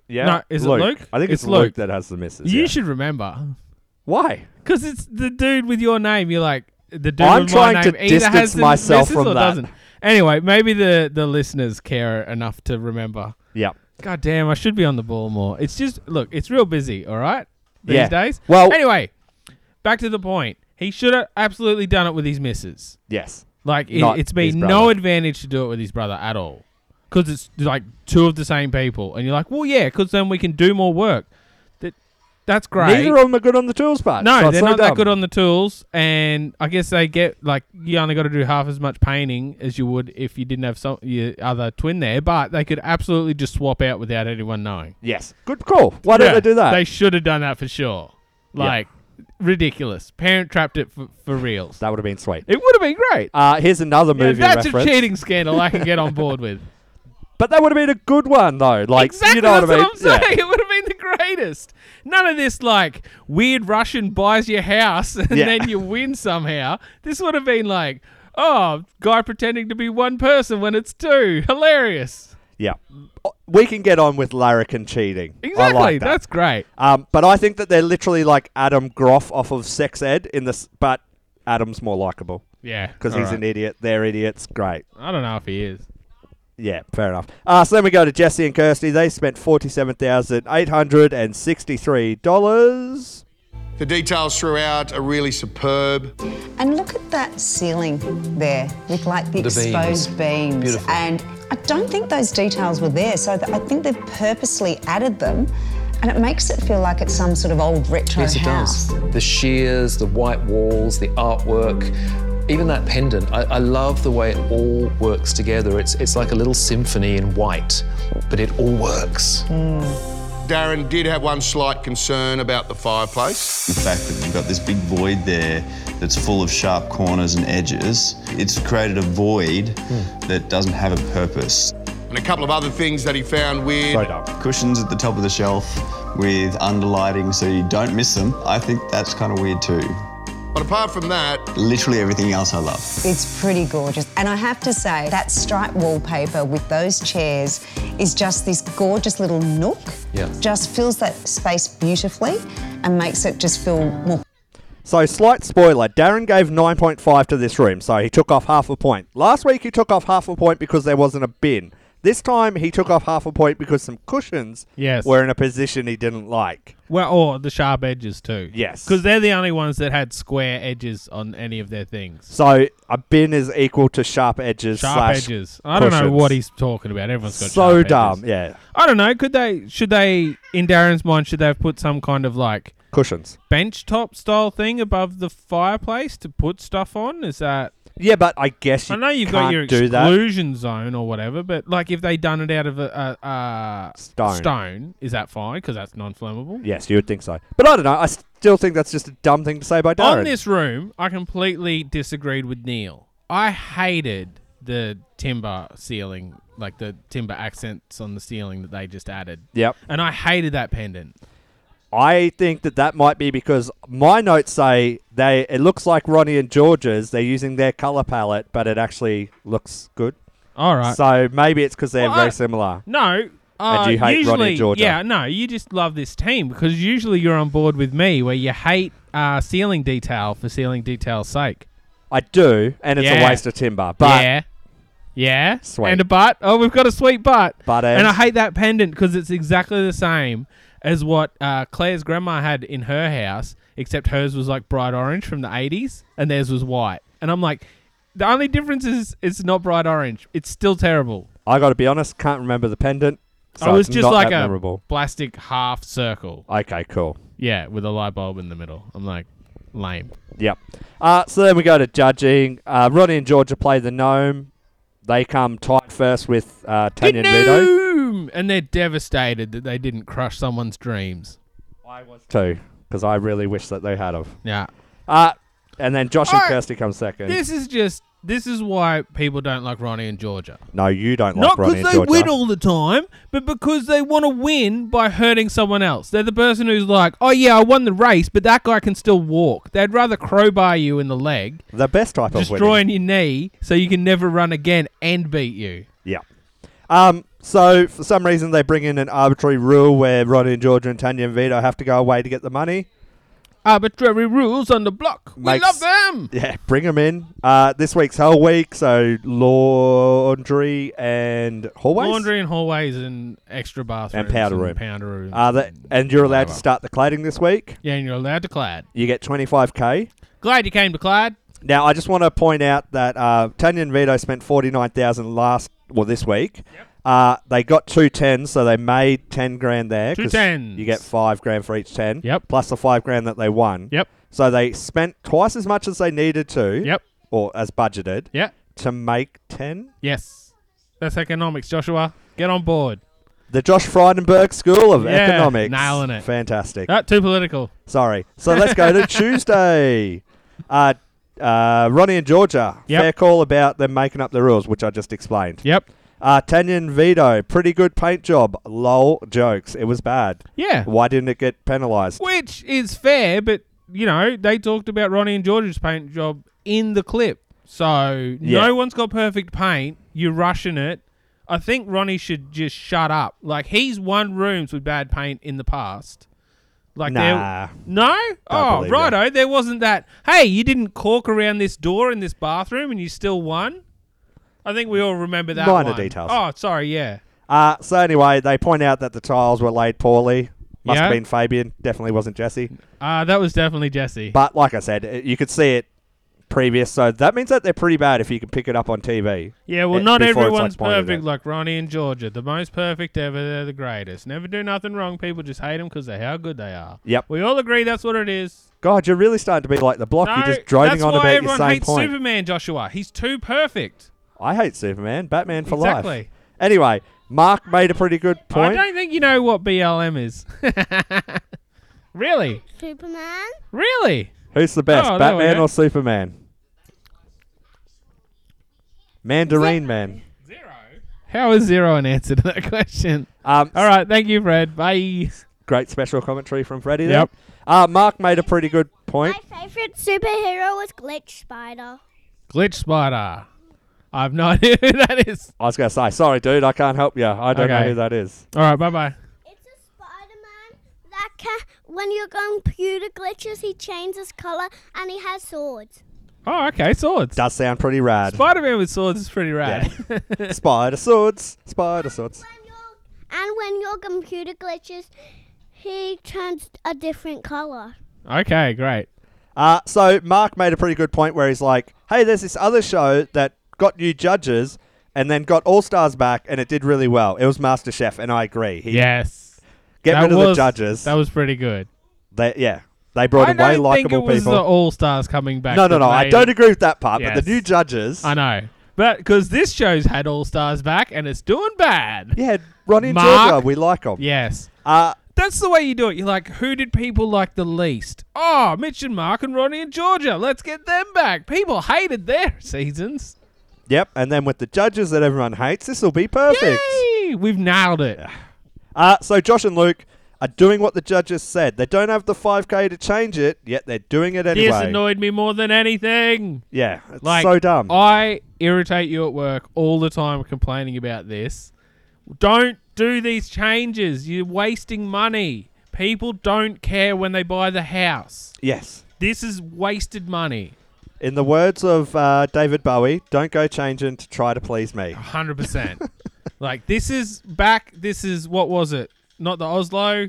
Speaker 1: Yeah,
Speaker 2: No, is
Speaker 1: Luke.
Speaker 2: it Luke?
Speaker 1: I think it's Luke that has the missus,
Speaker 2: You
Speaker 1: yeah.
Speaker 2: should remember.
Speaker 1: Why?
Speaker 2: Because it's the dude with your name. You're like the dude.
Speaker 1: I'm
Speaker 2: with
Speaker 1: trying
Speaker 2: my
Speaker 1: to
Speaker 2: name either
Speaker 1: distance
Speaker 2: has the
Speaker 1: myself
Speaker 2: missus
Speaker 1: from
Speaker 2: or
Speaker 1: that.
Speaker 2: Doesn't. Anyway, maybe the the listeners care enough to remember.
Speaker 1: Yeah.
Speaker 2: God damn, I should be on the ball more. It's just look, it's real busy. All right. These
Speaker 1: Yeah.
Speaker 2: days.
Speaker 1: Well-
Speaker 2: anyway, back to the point. He should have absolutely done it with his missus.
Speaker 1: Yes.
Speaker 2: Like it,
Speaker 1: Not
Speaker 2: it's
Speaker 1: his
Speaker 2: been
Speaker 1: brother.
Speaker 2: no advantage to do it with his brother at all, because it's like two of the same people, and you're like, well, yeah, because then we can do more work. That that's great.
Speaker 1: Neither of them are good on the tools part.
Speaker 2: no,
Speaker 1: so it's
Speaker 2: they're
Speaker 1: so
Speaker 2: not
Speaker 1: dumb.
Speaker 2: that good on the tools, and I guess they get like you only got to do half as much painting as you would if you didn't have some your other twin there. But they could absolutely just swap out without anyone knowing.
Speaker 1: Yes, good call. Why don't they do that?
Speaker 2: They should have done that for sure.
Speaker 1: Yeah.
Speaker 2: Like ridiculous. Parent trapped it for, for reals.
Speaker 1: That would have been sweet.
Speaker 2: It would have been great.
Speaker 1: Uh, here's another
Speaker 2: Yeah,
Speaker 1: movie
Speaker 2: that's
Speaker 1: reference.
Speaker 2: a cheating scandal I can get on
Speaker 1: [laughs]
Speaker 2: board with.
Speaker 1: But that would have been a good one though. Like
Speaker 2: Exactly,
Speaker 1: you know
Speaker 2: that's
Speaker 1: what I mean?
Speaker 2: am saying. [laughs]
Speaker 1: Yeah.
Speaker 2: It would have been the greatest. None of this like weird Russian buys your house and
Speaker 1: Yeah.
Speaker 2: then you win somehow. This would have been like, oh, guy pretending to be one person when it's two. Hilarious.
Speaker 1: Yeah. We can get on with larrikin cheating. I
Speaker 2: Exactly,
Speaker 1: like that.
Speaker 2: that's great.
Speaker 1: Um, but I think that they're literally like Adam Groff off of Sex Ed in this, but Adam's more likable.
Speaker 2: Yeah,
Speaker 1: Because
Speaker 2: all
Speaker 1: he's
Speaker 2: right.
Speaker 1: an idiot. They're idiots. Great.
Speaker 2: I don't know if he is.
Speaker 1: Yeah, fair enough. Uh, so then we go to Jesse and Kirsty. They spent $47,863.
Speaker 9: The details throughout are really superb.
Speaker 11: And look at that ceiling there with like the,
Speaker 9: The beams.
Speaker 11: exposed beams.
Speaker 9: Beautiful.
Speaker 11: And I don't think those details were there, so th- I think they've purposely added them. And it makes it feel like it's some sort of old retro
Speaker 13: Yes, it
Speaker 11: house.
Speaker 13: does. The shears, the white walls, the artwork, even that pendant. I, I love the way it all works together. It's it's like a little symphony in white, but it all works.
Speaker 9: Darren did have one slight concern about the fireplace.
Speaker 10: The fact that you've got this big void there that's full of sharp corners and edges, it's created a void
Speaker 9: Hmm.
Speaker 10: that doesn't have a purpose.
Speaker 9: And a couple of other things that he found weird.
Speaker 10: Cushions at the top of the shelf with underlighting so you don't miss them. I think that's kind of weird too.
Speaker 9: But apart from that,
Speaker 10: Literally everything else I love.
Speaker 11: It's pretty gorgeous. And I have to say, that striped wallpaper with those chairs is just this gorgeous little nook.
Speaker 10: Yeah.
Speaker 11: Just fills that space beautifully and makes it just feel more
Speaker 1: So, slight spoiler Darren gave 9.5 to this room, so he took off half a point. Last week, he took off half a point because there wasn't a bin. This time, he took off half a point because some cushions
Speaker 2: Yes.
Speaker 1: were in a position he didn't like.
Speaker 2: Well, or the sharp edges too.
Speaker 1: Yes.
Speaker 2: Because they're the only ones that had square edges on any of their things.
Speaker 1: So, a bin is equal to sharp edges.
Speaker 2: Sharp
Speaker 1: slash
Speaker 2: edges. I don't know
Speaker 1: cushions.
Speaker 2: what he's talking about. Everyone's got
Speaker 1: So
Speaker 2: sharp
Speaker 1: dumb,
Speaker 2: edges.
Speaker 1: yeah.
Speaker 2: I don't know. Could they? Should they? In Darren's mind, should they have put some kind of like
Speaker 1: Cushions.
Speaker 2: bench top style thing above the fireplace to put stuff on? Is that
Speaker 1: Yeah, but I guess you
Speaker 2: I know you've
Speaker 1: can't
Speaker 2: got your
Speaker 1: do that.
Speaker 2: exclusion zone or whatever, but like if they done it out of a, a, a
Speaker 1: Stone.
Speaker 2: is that fine? Because that's non-flammable.
Speaker 1: Yes, you would think so. But I don't know. I still think that's just a dumb thing to say by Darren.
Speaker 2: On this room, I completely disagreed with Neil. I hated the timber ceiling, like the timber accents on the ceiling that they just added.
Speaker 1: Yep.
Speaker 2: And I hated that pendant.
Speaker 1: I think that that might be because my notes say they it looks like Ronnie and George's. They're using their color palette, but it actually looks good.
Speaker 2: All right.
Speaker 1: So maybe it's because they're
Speaker 2: Well, I-
Speaker 1: very similar.
Speaker 2: No. Uh,
Speaker 1: And you hate Ronnie and
Speaker 2: usually,
Speaker 1: Georgia.
Speaker 2: Yeah, no, you just love this team because usually you're on board with me where you hate uh, ceiling detail for ceiling detail's sake.
Speaker 1: I do, and it's
Speaker 2: Yeah.
Speaker 1: a waste of timber. But
Speaker 2: yeah, yeah,
Speaker 1: Sweet. um,
Speaker 2: and a butt. Oh, we've got a sweet butt.
Speaker 1: Butt
Speaker 2: and I
Speaker 1: ends.
Speaker 2: hate that pendant because it's exactly the same as what uh, Claire's grandma had in her house, except hers was like bright orange from the '80s, and theirs was white. And I'm like, the only difference is it's not bright orange. It's still terrible.
Speaker 1: I got to be honest, can't remember the pendant. So
Speaker 2: I was
Speaker 1: it's
Speaker 2: just
Speaker 1: not
Speaker 2: like a
Speaker 1: that memorable.
Speaker 2: plastic half circle.
Speaker 1: Okay, cool.
Speaker 2: Yeah, with a light bulb in the middle. I'm like, lame.
Speaker 1: Yep. Uh, so then we go to judging. Uh, Ronnie and Georgia play the gnome. They come tied first with uh, Tanya and Vito.
Speaker 2: Boom! And they're devastated that they didn't crush someone's dreams.
Speaker 1: Too, because I really wish that they had of.
Speaker 2: Yeah.
Speaker 1: Uh, and then Josh
Speaker 2: Alright.
Speaker 1: and Kirsty come second.
Speaker 2: This is just this is why people don't like Ronnie and Georgia.
Speaker 1: no, you don't
Speaker 2: Not
Speaker 1: like Ronnie
Speaker 2: because
Speaker 1: and
Speaker 2: they
Speaker 1: Georgia.
Speaker 2: win all the time, but because they want to win by hurting someone else. They're the person who's like, "Oh yeah, I won the race, but that guy can still walk." They'd rather crowbar you in the leg,
Speaker 1: the best type of winning.
Speaker 2: destroying your knee, so you can never run again and beat you.
Speaker 1: Yeah. Um, so for some reason they bring in an arbitrary rule where Ronnie and Georgia and Tanya and Vito have to go away to get the money.
Speaker 2: Arbitrary rules on the block.
Speaker 1: Makes-
Speaker 2: we love them.
Speaker 1: Yeah, bring them in. Uh, this week's Hell Week, so laundry and hallways.
Speaker 2: Laundry and hallways and extra bathrooms
Speaker 1: and powder room.
Speaker 2: and powder room.
Speaker 1: Uh, that, and you're allowed to start the cladding this week.
Speaker 2: yeah, and you're allowed to clad.
Speaker 1: You get 25k.
Speaker 2: Glad you came to clad.
Speaker 1: Now, I just want to point out that uh, Tanya and Vito spent 49,000 last, well, this week. Uh, they got two tens, so they made 10 grand there.
Speaker 2: Two
Speaker 1: 'cause
Speaker 2: tens.
Speaker 1: You get five grand for each 10.
Speaker 2: Yep.
Speaker 1: Plus the five grand that they won.
Speaker 2: Yep.
Speaker 1: So they spent twice as much as they needed to.
Speaker 2: Yep.
Speaker 1: Or as budgeted.
Speaker 2: Yep.
Speaker 1: To make 10.
Speaker 2: Yes, that's economics, Joshua. Get on board.
Speaker 1: The Josh Frydenberg School of
Speaker 2: Yeah,
Speaker 1: Economics.
Speaker 2: nailing it.
Speaker 1: Fantastic.
Speaker 2: Ah, too political.
Speaker 1: Sorry. So let's
Speaker 2: [laughs]
Speaker 1: go to Tuesday. Uh, uh, Ronnie and Georgia.
Speaker 2: Yep.
Speaker 1: Fair call about them making up the rules, which I just explained.
Speaker 2: Yep.
Speaker 1: Uh, Tanya and Vito, pretty good paint job. Lol jokes. It was bad.
Speaker 2: Yeah.
Speaker 1: Why didn't it get penalised?
Speaker 2: Which is fair, but you know, they talked about Ronnie and George's paint job in the clip. So
Speaker 1: Yeah.
Speaker 2: no one's got perfect paint. You're rushing it. I think Ronnie should just shut up. Like he's won rooms with bad paint in the past. Like there-
Speaker 1: Nah.
Speaker 2: No? Oh,
Speaker 1: believe that.
Speaker 2: righto. There wasn't that. Hey, you didn't cork around this door in this bathroom and you still won? I think we all remember that
Speaker 1: Minor
Speaker 2: one.
Speaker 1: details.
Speaker 2: Oh, sorry, yeah.
Speaker 1: Uh, so anyway, they point out that the tiles were laid poorly. Must have
Speaker 2: Yeah.
Speaker 1: been Fabian. Definitely wasn't Jesse.
Speaker 2: Uh, that was definitely Jesse.
Speaker 1: But like I said, it, you could see it previous. So that means that they're pretty bad if you can pick it up on TV.
Speaker 2: Yeah, well,
Speaker 1: eh,
Speaker 2: not
Speaker 1: before it's, like,
Speaker 2: everyone's
Speaker 1: pointed at.
Speaker 2: perfect like Ronnie and Georgia. The most perfect ever, they're the greatest. Never do nothing wrong. People just hate them because of how good they are.
Speaker 1: Yep.
Speaker 2: We all agree that's what it is.
Speaker 1: God, you're really starting to be like the block.
Speaker 2: no,
Speaker 1: you're just droning
Speaker 2: that's
Speaker 1: on
Speaker 2: why
Speaker 1: about your
Speaker 2: everyone
Speaker 1: same
Speaker 2: hates
Speaker 1: point.
Speaker 2: Superman, Joshua. He's too perfect.
Speaker 1: I hate Superman. Batman for life.
Speaker 2: Exactly.
Speaker 1: Anyway, Mark made a pretty good point.
Speaker 2: I don't think you know what BLM is. really?
Speaker 15: Superman?
Speaker 2: Really?
Speaker 1: Who's the best,
Speaker 2: Oh, there we
Speaker 1: Batman
Speaker 2: go.
Speaker 1: or Superman? Mandarin Man.
Speaker 2: How is zero an answer to that question?
Speaker 1: Um,
Speaker 2: all right. Thank you, Fred. Bye.
Speaker 1: Great special commentary from Freddie
Speaker 2: Yep.
Speaker 1: there. Uh, Mark made a pretty good point.
Speaker 15: Favorite superhero was Glitch Spider.
Speaker 2: Glitch Spider. I've no idea who [laughs] that is.
Speaker 1: I was going to say, sorry, dude, I can't help you. I don't know
Speaker 2: Okay.
Speaker 1: who that is.
Speaker 2: All right. Bye bye.
Speaker 15: That cat, when your computer glitches, he changes color and he has swords.
Speaker 2: Oh, okay. Swords.
Speaker 1: Does sound pretty rad.
Speaker 2: Spider Man with swords is pretty rad. [laughs]
Speaker 1: spider swords. Spider swords.
Speaker 15: And when your computer glitches, he turns a different color.
Speaker 2: Okay, great.
Speaker 1: Uh, so Mark made a pretty good point where he's like, "Hey, there's this other show that got new judges and then got all stars back, and it did really well. It was MasterChef, and I agree. He,
Speaker 2: Yes.
Speaker 1: get
Speaker 2: That
Speaker 1: rid of the
Speaker 2: was-
Speaker 1: judges.
Speaker 2: That was pretty good.
Speaker 1: They, yeah, They brought
Speaker 2: I
Speaker 1: in way
Speaker 2: don't think it
Speaker 1: likable
Speaker 2: was
Speaker 1: people.
Speaker 2: the All Stars coming back.
Speaker 1: No, no,
Speaker 2: that
Speaker 1: no, I
Speaker 2: made
Speaker 1: don't
Speaker 2: it.
Speaker 1: agree with that part, but the
Speaker 2: Yes.
Speaker 1: new judges-
Speaker 2: I know, but because this show's had All Stars back and it's doing bad.
Speaker 1: Yeah, Ronnie and
Speaker 2: Mark,
Speaker 1: Georgia, we like them.
Speaker 2: Yes.
Speaker 1: Uh,
Speaker 2: That's the way you do it. You're like, who did people like the least? Oh, Mitch and Mark and Ronnie and Georgia. Let's get them back. People hated their [laughs] seasons.
Speaker 1: Yep, and then with the judges that everyone hates, this will be perfect.
Speaker 2: Yay! We've nailed it.
Speaker 1: Uh, so Josh and Luke are doing what the judges said. They don't have the 5K to change it, yet they're doing it anyway.
Speaker 2: This annoyed me more than anything.
Speaker 1: yeah, it's
Speaker 2: Like, oh.
Speaker 1: so dumb.
Speaker 2: I irritate you at work all the time complaining about this. Don't do these changes. You're wasting money. People don't care when they buy the house.
Speaker 1: yes.
Speaker 2: This is wasted money.
Speaker 1: In the words of uh, David Bowie, don't go changing to try to please me.
Speaker 2: Hundred percent. Like this is back. This is what was it? Not the Oslo.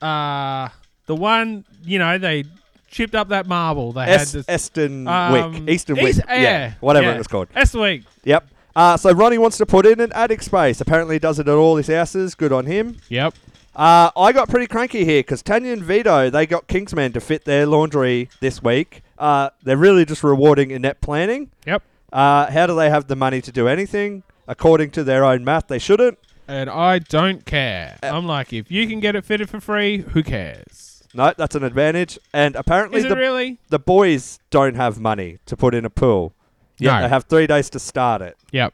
Speaker 2: Uh the one you know they chipped up that marble. They
Speaker 1: Es-
Speaker 2: had this,
Speaker 1: Eston
Speaker 2: Um,
Speaker 1: Wick. Easton Wick.
Speaker 2: East-
Speaker 1: yeah,
Speaker 2: yeah,
Speaker 1: Whatever
Speaker 2: yeah.
Speaker 1: it was called.
Speaker 2: Eston Wick.
Speaker 1: Yep. Uh, so Ronnie wants to put in an attic space. Apparently he does it at all his houses. Good on him.
Speaker 2: Yep.
Speaker 1: Uh, I got pretty cranky here because Tanya and Vito, they got Kingsman to fit their laundry this week. Uh, they're really just rewarding inept planning.
Speaker 2: Yep.
Speaker 1: Uh, how do they have the money to do anything? According to their own math, they shouldn't.
Speaker 2: and I don't care. I'm like, if you can get it fitted for free, who cares?
Speaker 1: No, that's an advantage. And apparently,
Speaker 2: Is it
Speaker 1: the,
Speaker 2: really?
Speaker 1: the boys don't have money to put in a pool. Yeah,
Speaker 2: No.
Speaker 1: they have three days to start it.
Speaker 2: Yep.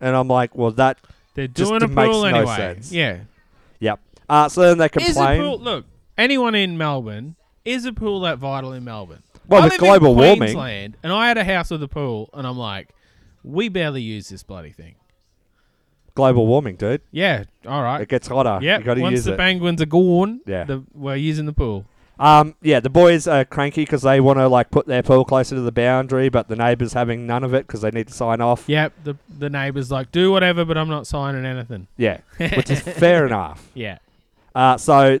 Speaker 1: And I'm like, well, that
Speaker 2: They're
Speaker 1: just
Speaker 2: doing a
Speaker 1: makes
Speaker 2: pool
Speaker 1: no
Speaker 2: anyway.
Speaker 1: sense.
Speaker 2: Yeah.
Speaker 1: Yep. Uh, so then they
Speaker 2: Is a
Speaker 1: complain.
Speaker 2: pool look? Anyone in Melbourne is a pool that vital in Melbourne?
Speaker 1: Well,
Speaker 2: I
Speaker 1: with
Speaker 2: live
Speaker 1: global
Speaker 2: in
Speaker 1: warming-
Speaker 2: Queensland, and I had a house with a pool, and I'm like, we barely use this bloody thing.
Speaker 1: Global warming, dude.
Speaker 2: Yeah, all right.
Speaker 1: It gets hotter.
Speaker 2: Yeah,
Speaker 1: Ah, You gotta
Speaker 2: once
Speaker 1: use
Speaker 2: the
Speaker 1: it.
Speaker 2: penguins are gone,
Speaker 1: Yeah.
Speaker 2: the, we're using the pool.
Speaker 1: Um, yeah, the boys are cranky because they want to like put their pool closer to the boundary, but the neighbours having none of it because they need to sign off.
Speaker 2: Yep, the the neighbors like do whatever, but I'm not signing anything. [laughs]
Speaker 1: Yeah, which is fair enough.
Speaker 2: Yeah.
Speaker 1: Uh, so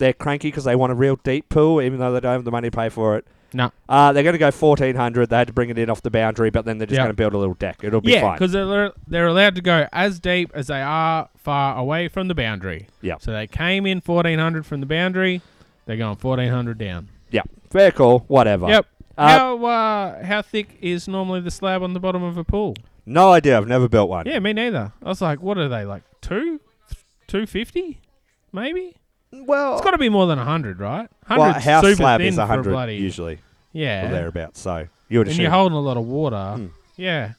Speaker 1: they're cranky because they want a real deep pool, even though they don't have the money to pay for it.
Speaker 2: No.
Speaker 1: Uh, they're going to go fourteen hundred. They had to bring it in off the boundary, but then they're just
Speaker 2: Yep.
Speaker 1: going to build a little deck. It'll be
Speaker 2: Yeah,
Speaker 1: fine.
Speaker 2: because they're they're allowed to go as deep as they are far away from the boundary.
Speaker 1: Yeah.
Speaker 2: So they came in 1400 from the boundary. They're going 1400 down.
Speaker 1: Yeah, fair call. Whatever.
Speaker 2: Yep.
Speaker 1: Uh,
Speaker 2: how uh, how thick is normally the slab on the bottom of a pool?
Speaker 1: No idea. I've never built one.
Speaker 2: Yeah, me neither. I was like, what are they like two, two fifty, maybe?
Speaker 1: Well,
Speaker 2: it's got to be more than hundred, right?
Speaker 1: Well,
Speaker 2: 100's
Speaker 1: house
Speaker 2: super
Speaker 1: slab is
Speaker 2: thin for a
Speaker 1: hundred
Speaker 2: bloody-
Speaker 1: usually.
Speaker 2: Yeah.
Speaker 1: or thereabouts. So you would
Speaker 2: and
Speaker 1: assume. Hmm.
Speaker 2: you're holding a lot of water. Yeah.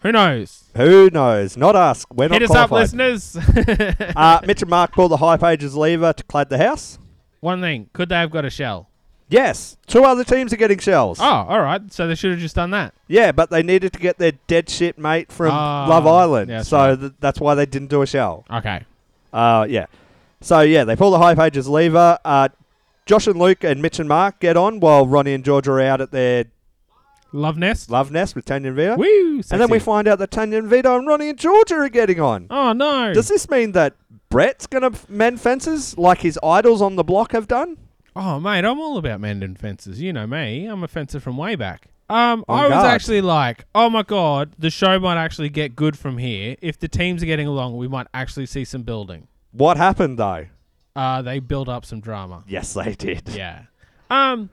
Speaker 2: Who knows?
Speaker 1: Who knows? Not us. We're not
Speaker 2: Hit us up,
Speaker 1: qualified.
Speaker 2: listeners.
Speaker 1: [laughs] uh, Mitch and Mark pulled the high pages lever to clad the house.
Speaker 2: One thing, could they have got a shell?
Speaker 1: Yes, two other teams are getting shells.
Speaker 2: Oh, all right. So they should have just done that.
Speaker 1: Yeah, but they needed to get their dead shit mate from
Speaker 2: Ah,
Speaker 1: Love Island,
Speaker 2: yeah, that's
Speaker 1: so
Speaker 2: right.
Speaker 1: th- that's why they didn't do a shell.
Speaker 2: Okay.
Speaker 1: Uh, yeah. So yeah, they pull the high pages lever. Uh, Josh and Luke and Mitch and Mark get on while Ronnie and Georgia are out at their
Speaker 2: love nest,
Speaker 1: love nest with Tanya and Vito.
Speaker 2: Woo!
Speaker 1: And then we
Speaker 2: sexy.
Speaker 1: find out that Tanya and Vito and Ronnie and Georgia are getting on.
Speaker 2: Oh no!
Speaker 1: Does this mean that Brett's gonna f- mend fences like his idols on the block have done?
Speaker 2: Oh, mate, I'm all about mending fences. You know me. I'm a fencer from way back. Um,
Speaker 1: On
Speaker 2: I was
Speaker 1: guard.
Speaker 2: actually like, oh my god, the show might actually get good from here. If the teams are getting along, we might actually see some building.
Speaker 1: What happened though?
Speaker 2: Uh, they build up some drama.
Speaker 1: Yes, they did.
Speaker 2: Yeah. Um,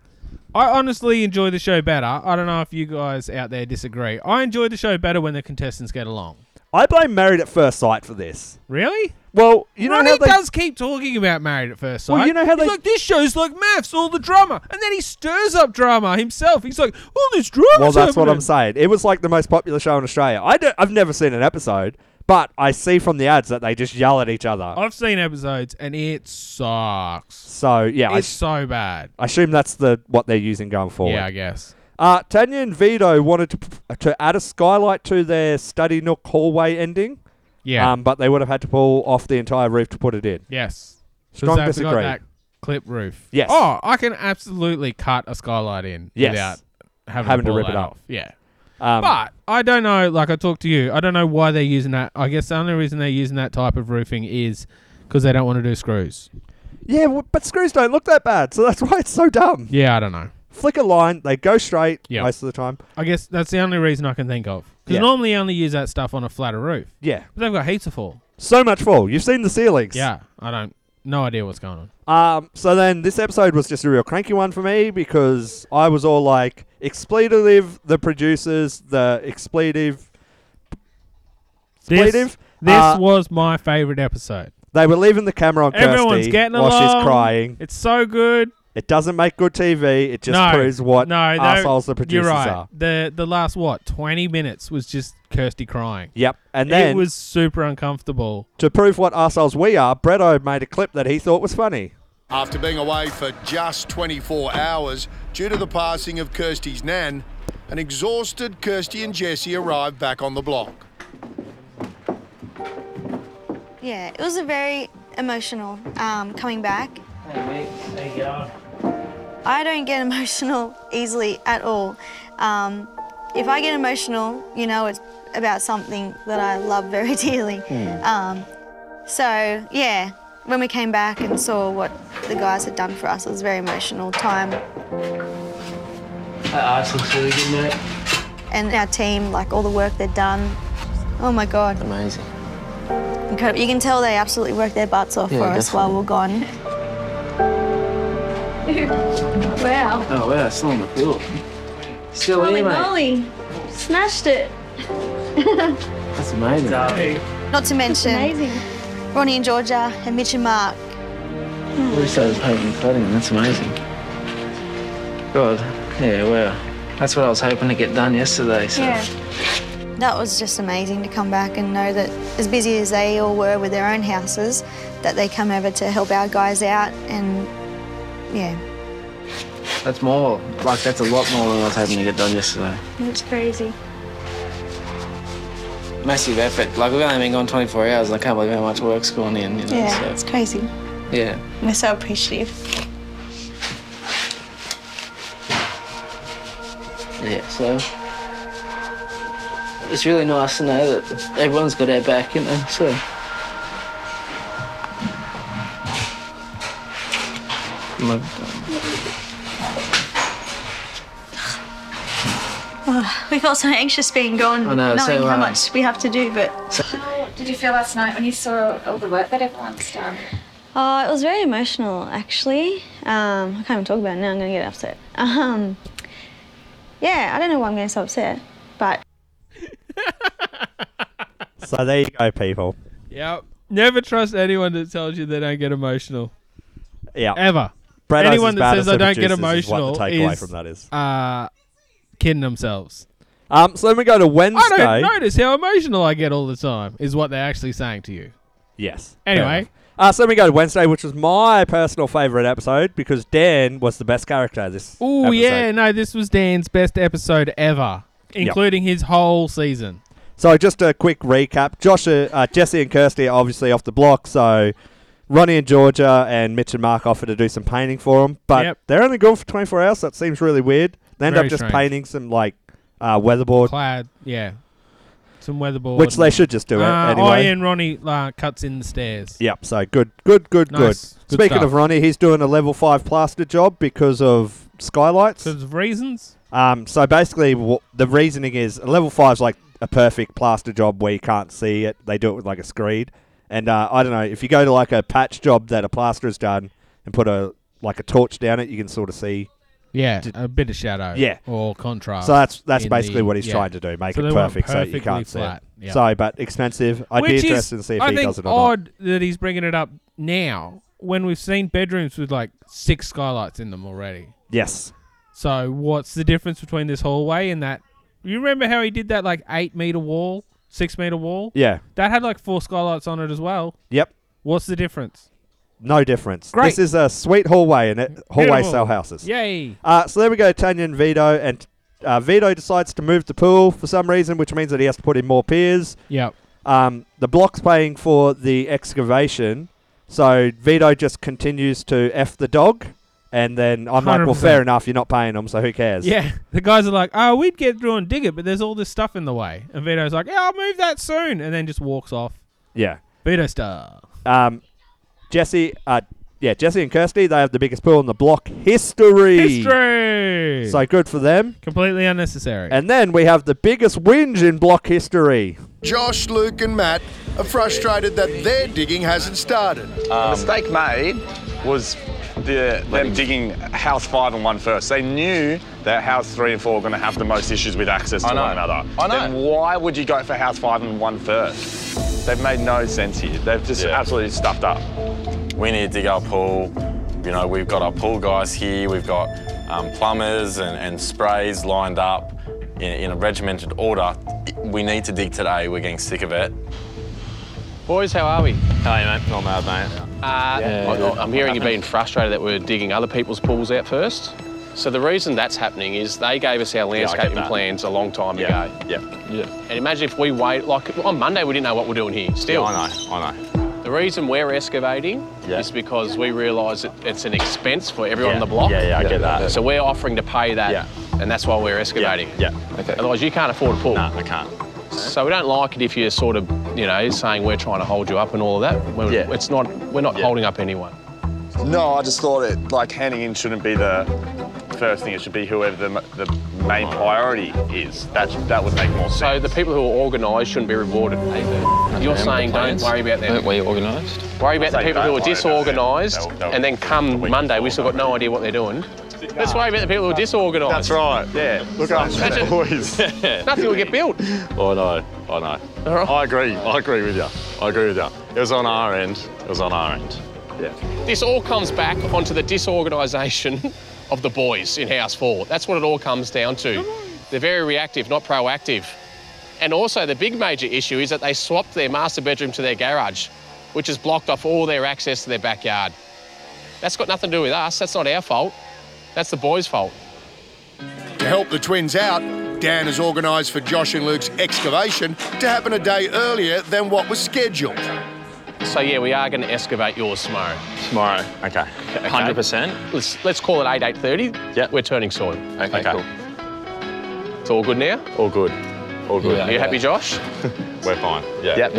Speaker 2: I honestly enjoy the show better. I don't know if you guys out there disagree. I enjoy the show better when the contestants get along.
Speaker 1: I blame Married at First Sight for this.
Speaker 2: Really?
Speaker 1: Well, you know
Speaker 2: Ronnie
Speaker 1: how they
Speaker 2: does keep talking about Married at First Sight.
Speaker 1: Well, you know how
Speaker 2: He's
Speaker 1: they-
Speaker 2: like this show's like maths, all the drama, and then he stirs up drama himself. He's like, all this drama.
Speaker 1: Well, that's what I'm saying. It was like the most popular show in Australia. I don't, I've never seen an episode, but I see from the ads that they just yell at each other.
Speaker 2: I've seen episodes, and it sucks.
Speaker 1: So yeah, I,
Speaker 2: it's so bad.
Speaker 1: I assume that's the what they're using going forward.
Speaker 2: Yeah, I guess.
Speaker 1: Uh, Tanya and Vito wanted to p- uh, to add a skylight to their study nook hallway ending.
Speaker 2: Yeah.
Speaker 1: Um, but they would have had to pull off the entire roof to put it in.
Speaker 2: Yes. 'Cause
Speaker 1: Strong
Speaker 2: they've got
Speaker 1: disagree.
Speaker 2: that clip roof.
Speaker 1: Yes.
Speaker 2: Oh, I can absolutely cut a skylight in
Speaker 1: Yes.
Speaker 2: without having,
Speaker 1: Having to
Speaker 2: pull
Speaker 1: rip
Speaker 2: that
Speaker 1: it up.
Speaker 2: off. Yeah.
Speaker 1: Um,
Speaker 2: but I don't know. Like I talked to you, I don't know why they're using that. I guess the only reason they're using that type of roofing is because they don't want to do screws.
Speaker 1: Yeah, w- but screws don't look that bad, so that's [laughs] why it's so dumb.
Speaker 2: Yeah, I don't know.
Speaker 1: Flick a line, they go straight
Speaker 2: Yeah.
Speaker 1: most of the time.
Speaker 2: I guess that's the only reason I can think of. Because
Speaker 1: Yeah.
Speaker 2: normally you only use that stuff on a flatter roof.
Speaker 1: Yeah.
Speaker 2: But they've got heaps of fall.
Speaker 1: So much fall. You've seen the ceilings.
Speaker 2: Yeah, I don't. No idea what's going on.
Speaker 1: Um, so then this episode was just a real cranky one for me because I was all like, expletive, the producers, the expletive.
Speaker 2: This,
Speaker 1: expletive.
Speaker 2: this
Speaker 1: Uh,
Speaker 2: was my favorite episode.
Speaker 1: They were leaving the camera on
Speaker 2: Everyone's
Speaker 1: Kirsty
Speaker 2: getting
Speaker 1: while
Speaker 2: along.
Speaker 1: she's crying.
Speaker 2: It's so good.
Speaker 1: It doesn't make good TV. It just
Speaker 2: no,
Speaker 1: proves what
Speaker 2: no, they-
Speaker 1: assholes the producers
Speaker 2: you're right.
Speaker 1: are.
Speaker 2: The the last what twenty minutes was just Kirsty crying.
Speaker 1: Yep, and then
Speaker 2: it was super uncomfortable.
Speaker 1: to prove what assholes we are, Bretto made a clip that he thought was funny.
Speaker 9: After being away for just 24 hours due to the passing of Kirsty's nan, an exhausted Kirsty and Jesse arrived back on the block.
Speaker 16: Yeah, it was a very emotional um, coming back.
Speaker 17: Oh,
Speaker 16: I don't get [laughs] emotional easily at all. Um, if I get emotional, you know it's about something that I love very [laughs] dearly.
Speaker 17: Hmm.
Speaker 16: Um, so yeah, when we came back and saw what the guys had done for us, it was a very emotional time.
Speaker 17: That arsenal's really good, mate.
Speaker 16: And our team, like all the work they've done, oh my god,
Speaker 17: Amazing.
Speaker 16: incredible! You can tell they absolutely worked their butts off
Speaker 17: Yeah,
Speaker 16: for us while we're gone.
Speaker 15: [laughs] Wow.
Speaker 17: Oh, wow, still on the field. Still here, mate.
Speaker 15: Smashed
Speaker 16: [laughs]
Speaker 15: it.
Speaker 17: That's amazing.
Speaker 16: Not to mention Ronnie and Georgia and Mitch and Mark.
Speaker 17: At least I was hoping for cutting, that's amazing. God, yeah, wow. That's what I was hoping to get done yesterday, so.
Speaker 16: That was just amazing to come back and know that as busy as they all were with their own houses, that they come over to help our guys out and yeah.
Speaker 17: That's more, like, that's a lot more than I was hoping to get done yesterday.
Speaker 15: It's crazy.
Speaker 17: Massive effort. Like, we've only been gone 24 hours, and I can't believe how much work's gone in, you know,
Speaker 16: Yeah,
Speaker 17: so.
Speaker 16: it's crazy.
Speaker 17: Yeah.
Speaker 16: We're so appreciative.
Speaker 17: Yeah, so it's really nice to know that everyone's got our back, you know. So Love
Speaker 16: [laughs] we felt so anxious being gone,
Speaker 17: I know,
Speaker 16: knowing
Speaker 17: so,
Speaker 16: how
Speaker 17: uh,
Speaker 16: much we have to do,
Speaker 17: [laughs]
Speaker 16: but
Speaker 18: Did you feel last night when you saw all the work that everyone's done?
Speaker 16: Oh, it was very emotional, actually. Um, I can't even talk about it now. I'm going to get upset. Um, yeah, I don't know why I'm getting so upset, but
Speaker 1: So there you go, people.
Speaker 2: Yep. Never trust anyone that tells you they don't get emotional.
Speaker 1: Yeah.
Speaker 2: Ever.
Speaker 1: Brad Eyes
Speaker 2: anyone
Speaker 1: is
Speaker 2: that
Speaker 1: bad
Speaker 2: says
Speaker 1: as
Speaker 2: I
Speaker 1: the
Speaker 2: don't get
Speaker 1: producers is what the
Speaker 2: emotional
Speaker 1: takeaway
Speaker 2: is,
Speaker 1: from that is.
Speaker 2: uh, kidding themselves.
Speaker 1: Um, so then we go to Wednesday.
Speaker 2: I don't notice how emotional I get all the time. Is what they're actually saying to you.
Speaker 1: Yes. Fair
Speaker 2: Anyway,
Speaker 1: enough. Uh, so then we go to Wednesday, which was my personal favourite episode because Dan was the best character this
Speaker 2: oh
Speaker 1: episode.
Speaker 2: yeah, no, this was Dan's best episode ever,
Speaker 1: Yep.
Speaker 2: including his whole season.
Speaker 1: So just a quick recap: Josh, uh, uh, Jesse, and Kirsty are obviously off the block. So Ronnie and Georgia and Mitch and Mark offer to do some painting for them, but
Speaker 2: Yep.
Speaker 1: they're only gone for 24 hours. So that seems really weird. They end
Speaker 2: Very
Speaker 1: up just
Speaker 2: strange.
Speaker 1: painting some like uh, weatherboard.
Speaker 2: Clad, yeah, some weatherboard,
Speaker 1: Which they should just do it
Speaker 2: Uh, Oh
Speaker 1: anyway.
Speaker 2: yeah, and Ronnie uh, cuts in the stairs.
Speaker 1: Yep. So good, good, good,
Speaker 2: Nice.
Speaker 1: good.
Speaker 2: Good
Speaker 1: Speaking
Speaker 2: stuff.
Speaker 1: of Ronnie, he's doing a level five plaster job because of skylights.
Speaker 2: Because of reasons.
Speaker 1: Um, so basically, w- the reasoning is a level five's like a perfect plaster job where you can't see it. They do it with like a screed, and uh, I don't know if you go to like a patch job that a plasterer's done and put a like a torch down it, you can sort of see.
Speaker 2: Yeah, a bit of shadow.
Speaker 1: Yeah.
Speaker 2: or contrast.
Speaker 1: So that's that's
Speaker 2: in
Speaker 1: basically
Speaker 2: the-
Speaker 1: what he's
Speaker 2: yeah.
Speaker 1: trying to do, make
Speaker 2: So
Speaker 1: it
Speaker 2: they want
Speaker 1: perfect so you
Speaker 2: perfectly
Speaker 1: can't
Speaker 2: flat.
Speaker 1: see it.
Speaker 2: Yeah.
Speaker 1: So, but expensive. I'd
Speaker 2: Which
Speaker 1: be
Speaker 2: is,
Speaker 1: interested to see if
Speaker 2: I
Speaker 1: he
Speaker 2: think
Speaker 1: does it or not.
Speaker 2: odd that he's bringing it up now when we've seen bedrooms with like six skylights in them already.
Speaker 1: Yes.
Speaker 2: So what's the difference between this hallway and that? You remember how he did that like eight meter wall, six meter wall?
Speaker 1: Yeah.
Speaker 2: That had like four skylights on it as well.
Speaker 1: Yep.
Speaker 2: What's the difference?
Speaker 1: No difference.
Speaker 2: Great.
Speaker 1: This is a sweet hallway and it hallway
Speaker 2: Beautiful.
Speaker 1: sell houses.
Speaker 2: Yay.
Speaker 1: Uh, so there we go, Tanya and Vito, and uh, Vito decides to move the pool for some reason, which means that he has to put in more piers.
Speaker 2: Yep.
Speaker 1: Um, the block's paying for the excavation, so Vito just continues to f the dog, and then I'm like, well,
Speaker 2: 100%.
Speaker 1: fair enough, you're not paying them, so who cares?
Speaker 2: Yeah, [laughs] the guys are like, "Oh, we'd get through and dig it, but there's all this stuff in the way." And Vito's like, "Yeah, I'll move that soon," and then just walks off.
Speaker 1: Yeah.
Speaker 2: Vito star.
Speaker 1: Um, Jesse, uh, yeah, Jesse and Kirsty, they have the biggest pool in the block history.
Speaker 2: History.
Speaker 1: So good for them.
Speaker 2: Completely unnecessary.
Speaker 1: And then we have the biggest whinge in block history.
Speaker 9: Josh, Luke, and Matt are frustrated that their digging hasn't started.
Speaker 19: Um,
Speaker 20: the mistake made was the, them digging house five and one first. They knew that house three and four were going to have the most issues with access to
Speaker 14: I know.
Speaker 20: one another.
Speaker 14: I know.
Speaker 20: Then why would you go for house five and one first? They've made no sense here. They've just absolutely stuffed up.
Speaker 19: We need to dig our pool. You know, we've got our pool guys here, we've got um, plumbers and, and sprays lined up in, in a regimented order. We need to dig today, we're getting sick of it.
Speaker 21: Boys, how are we?
Speaker 19: Hey, mate. Not mad, mate.
Speaker 21: Uh,
Speaker 19: Yeah.
Speaker 21: I, am hearing you're being frustrated that we're digging other people's pools out first. So the reason that's happening is they gave us our
Speaker 14: I get
Speaker 21: landscaping
Speaker 14: that.
Speaker 21: plans a long time
Speaker 14: Yeah,
Speaker 21: ago.
Speaker 19: Yeah.
Speaker 14: Yeah.
Speaker 21: And imagine if we wait, like on Monday, we didn't know what we're doing here. Still,
Speaker 19: I know, I know.
Speaker 21: The reason we're excavating
Speaker 19: Yeah.
Speaker 21: is because we realise that it's an expense for everyone
Speaker 19: Yeah.
Speaker 21: on the block.
Speaker 19: Yeah, yeah, I get that.
Speaker 21: So we're offering to pay that, and that's why we're excavating.
Speaker 19: Yeah. Okay.
Speaker 21: Otherwise, you can't afford a pool. No,
Speaker 19: I can't.
Speaker 21: So we don't like it if you're sort of, you know, saying we're trying to hold you up and all of that. We're,
Speaker 20: Yeah.
Speaker 21: It's not. We're not
Speaker 20: Yeah.
Speaker 21: holding up anyone.
Speaker 20: No, I just thought it like handing in shouldn't be the first thing. It should be whoever the, m- the main priority is. That that would make more sense.
Speaker 21: So the people who are organised shouldn't be rewarded. You're saying don't worry about them.
Speaker 20: Aren't we
Speaker 21: organised? Worry about the
Speaker 20: Say
Speaker 21: people who
Speaker 20: don't
Speaker 21: are
Speaker 20: worry about them.
Speaker 21: disorganised
Speaker 20: They'll- they'll-
Speaker 21: and then come Monday, we've still got no idea what they're doing. Let's worry about the people who are disorganised.
Speaker 20: That's right. Yeah. Look after the
Speaker 21: Imagine-
Speaker 20: boys.
Speaker 21: [laughs] Nothing will get built.
Speaker 20: [laughs] I know. I know. I agree. I agree with you. I agree with you. It was on our end. It was on our end. Yeah.
Speaker 21: This all comes back onto the disorganisation of the boys in House 4. That's what it all comes down to. They're very reactive, not proactive. And also, the big major issue is that they swapped their master bedroom to their garage, which has blocked off all their access to their backyard. That's got nothing to do with us. That's not our fault. That's the boys' fault.
Speaker 9: To help the twins out, Dan has organised for Josh and Luke's excavation to happen a day earlier than what was scheduled.
Speaker 21: So, yeah, we are going to excavate yours tomorrow.
Speaker 19: Tomorrow. Okay. Hundred percent.
Speaker 21: Let's let's call it eight eight thirty. Yeah. We're turning soil. Okay. Cool. It's all good now.
Speaker 20: All good. All good.
Speaker 21: Are you happy, Josh?
Speaker 20: [laughs] We're fine. Yeah.
Speaker 21: Yep.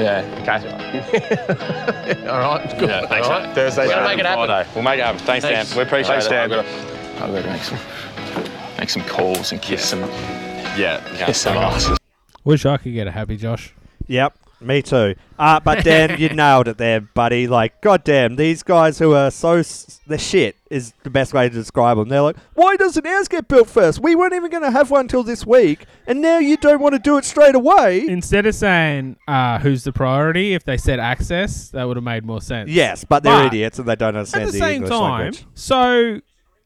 Speaker 20: Okay.
Speaker 21: [laughs] all right. Good.
Speaker 20: Yeah, thanks,
Speaker 21: all
Speaker 20: mate.
Speaker 21: right.
Speaker 20: Thursday,
Speaker 21: We're gonna
Speaker 20: Saturday,
Speaker 21: make it happen.
Speaker 19: Friday. We'll make it happen. Thanks,
Speaker 21: Thanks.
Speaker 19: Dan. We appreciate
Speaker 21: Thanks,
Speaker 19: it. I've
Speaker 21: Dan.
Speaker 19: got to, I've got to make some make some calls and kiss some yeah kiss some asses.
Speaker 2: Wish I could get a happy Josh.
Speaker 1: Yep, me too. Uh, but Dan, you nailed it there, buddy. Like, goddamn, these guys who are so s- the shit is the best way to describe them. They're like, why doesn't ours get built first? We weren't even going to have one till this week, and now you don't want to do it straight away.
Speaker 2: Instead of saying uh, who's the priority, if they said access, that would have made more sense.
Speaker 1: Yes, but they're idiots and they don't understand
Speaker 2: At the,
Speaker 1: the
Speaker 2: same
Speaker 1: English
Speaker 2: time,
Speaker 1: language.
Speaker 2: so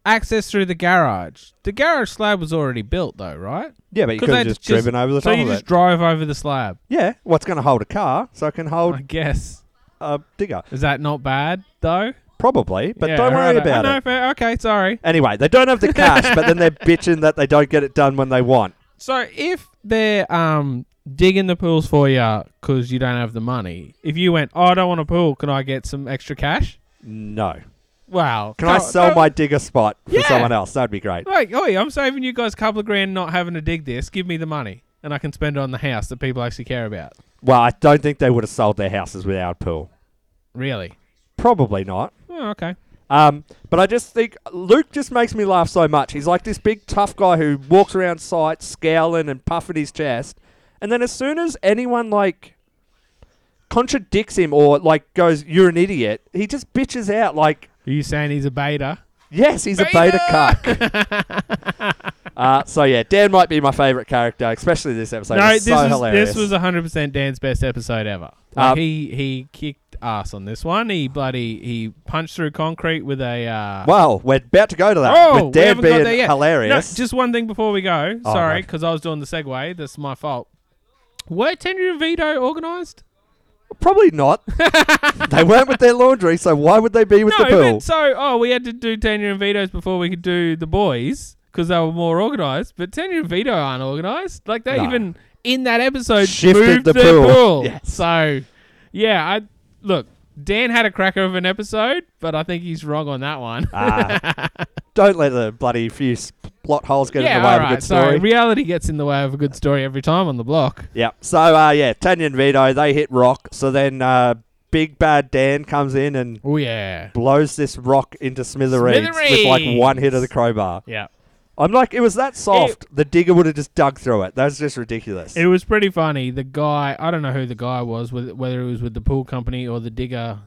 Speaker 2: access through the garage. The garage slab was already built, though, right?
Speaker 1: Yeah, but you
Speaker 2: Could
Speaker 1: could've
Speaker 2: they
Speaker 1: just driven over the
Speaker 2: so
Speaker 1: top
Speaker 2: you
Speaker 1: of
Speaker 2: just
Speaker 1: it.
Speaker 2: drive over the slab.
Speaker 1: Yeah, what's going to hold a car? So I can hold.
Speaker 2: I guess.
Speaker 1: A digger.
Speaker 2: Is that not bad though?
Speaker 1: Probably, Uh, but
Speaker 2: Yeah,
Speaker 1: don't
Speaker 2: alright,
Speaker 1: worry
Speaker 2: I-
Speaker 1: about
Speaker 2: I know,
Speaker 1: it.
Speaker 2: fair- okay, sorry.
Speaker 1: Anyway, they don't
Speaker 2: [laughs]
Speaker 1: have the cash, but then they're bitching that they don't get it done when they want.
Speaker 2: So if they're um digging the pools for you because you don't have the money, if you went, oh, I don't want a pool, can I get some extra cash?
Speaker 1: No.
Speaker 2: Wow.
Speaker 1: Can I
Speaker 2: Go-
Speaker 1: sell
Speaker 2: go-
Speaker 1: my digger spot for
Speaker 2: Yeah.
Speaker 1: someone else? That'd be great.
Speaker 2: Like, oi, I'm saving you guys a couple of grand not having to dig this. Give me the money, and I can spend it on the house that people actually care about.
Speaker 1: Well, I don't think they would have sold their houses without a pool.
Speaker 2: Really?
Speaker 1: Probably not.
Speaker 2: Oh, okay.
Speaker 1: Um, but I just think Luke just makes me laugh so much. He's like this big tough guy who walks around site scowling and puffing his chest, and then as soon as anyone like contradicts him or like goes, "You're an idiot," he just bitches out like,
Speaker 2: "Are you saying he's a beta?"
Speaker 1: Yes, he's a beta
Speaker 2: [laughs]
Speaker 1: cuck. uh, so yeah, Dan might be my favourite character, especially this episode.
Speaker 2: no,
Speaker 1: It's
Speaker 2: this
Speaker 1: so
Speaker 2: was
Speaker 1: hilarious.
Speaker 2: this was 100 percent Dan's best episode ever. Like,
Speaker 1: Um,
Speaker 2: he he kicked ass on this one. He bloody he punched through concrete with a. Uh,
Speaker 1: Wow, we're about to go to that.
Speaker 2: Oh,
Speaker 1: with
Speaker 2: we
Speaker 1: Dan
Speaker 2: haven't got
Speaker 1: being
Speaker 2: there yet.
Speaker 1: hilarious.
Speaker 2: No, just one thing before we go.
Speaker 1: Oh,
Speaker 2: Sorry,
Speaker 1: no.
Speaker 2: because I was doing the segue. That's my fault. Were Tendra Vito organised?
Speaker 1: Probably
Speaker 2: [laughs]
Speaker 1: not. they weren't with their laundry, so why would they be with the
Speaker 2: no,
Speaker 1: pool?
Speaker 2: but so oh, we had to do Tanya and Vito's before we could do the boys because they were more organised. But Tanya and Vito aren't organised. Like they
Speaker 1: No.
Speaker 2: even in that episode
Speaker 1: Shifted
Speaker 2: moved
Speaker 1: the
Speaker 2: the
Speaker 1: pool.
Speaker 2: pool.
Speaker 1: [laughs] Yes.
Speaker 2: So yeah, I look. Dan had a cracker of an episode, but I think he's wrong on that one.
Speaker 1: Ah. don't let the bloody few s- plot holes get in
Speaker 2: yeah,
Speaker 1: the way
Speaker 2: all
Speaker 1: of a
Speaker 2: right.
Speaker 1: good
Speaker 2: [laughs]
Speaker 1: story.
Speaker 2: Sorry, reality gets in the way of a good story every time on the block.
Speaker 1: Yeah. So uh, yeah, Tanya and Vito they hit rock. So then uh, Big Bad Dan comes in and
Speaker 2: oh yeah,
Speaker 1: blows this rock into smithereens, with like one hit of the crowbar.
Speaker 2: Yeah.
Speaker 1: I'm like, it was that soft. the digger would have just dug through it. That's just ridiculous.
Speaker 2: It was pretty funny. The guy, I don't know who the guy was, with- whether it was with the pool company or the digger.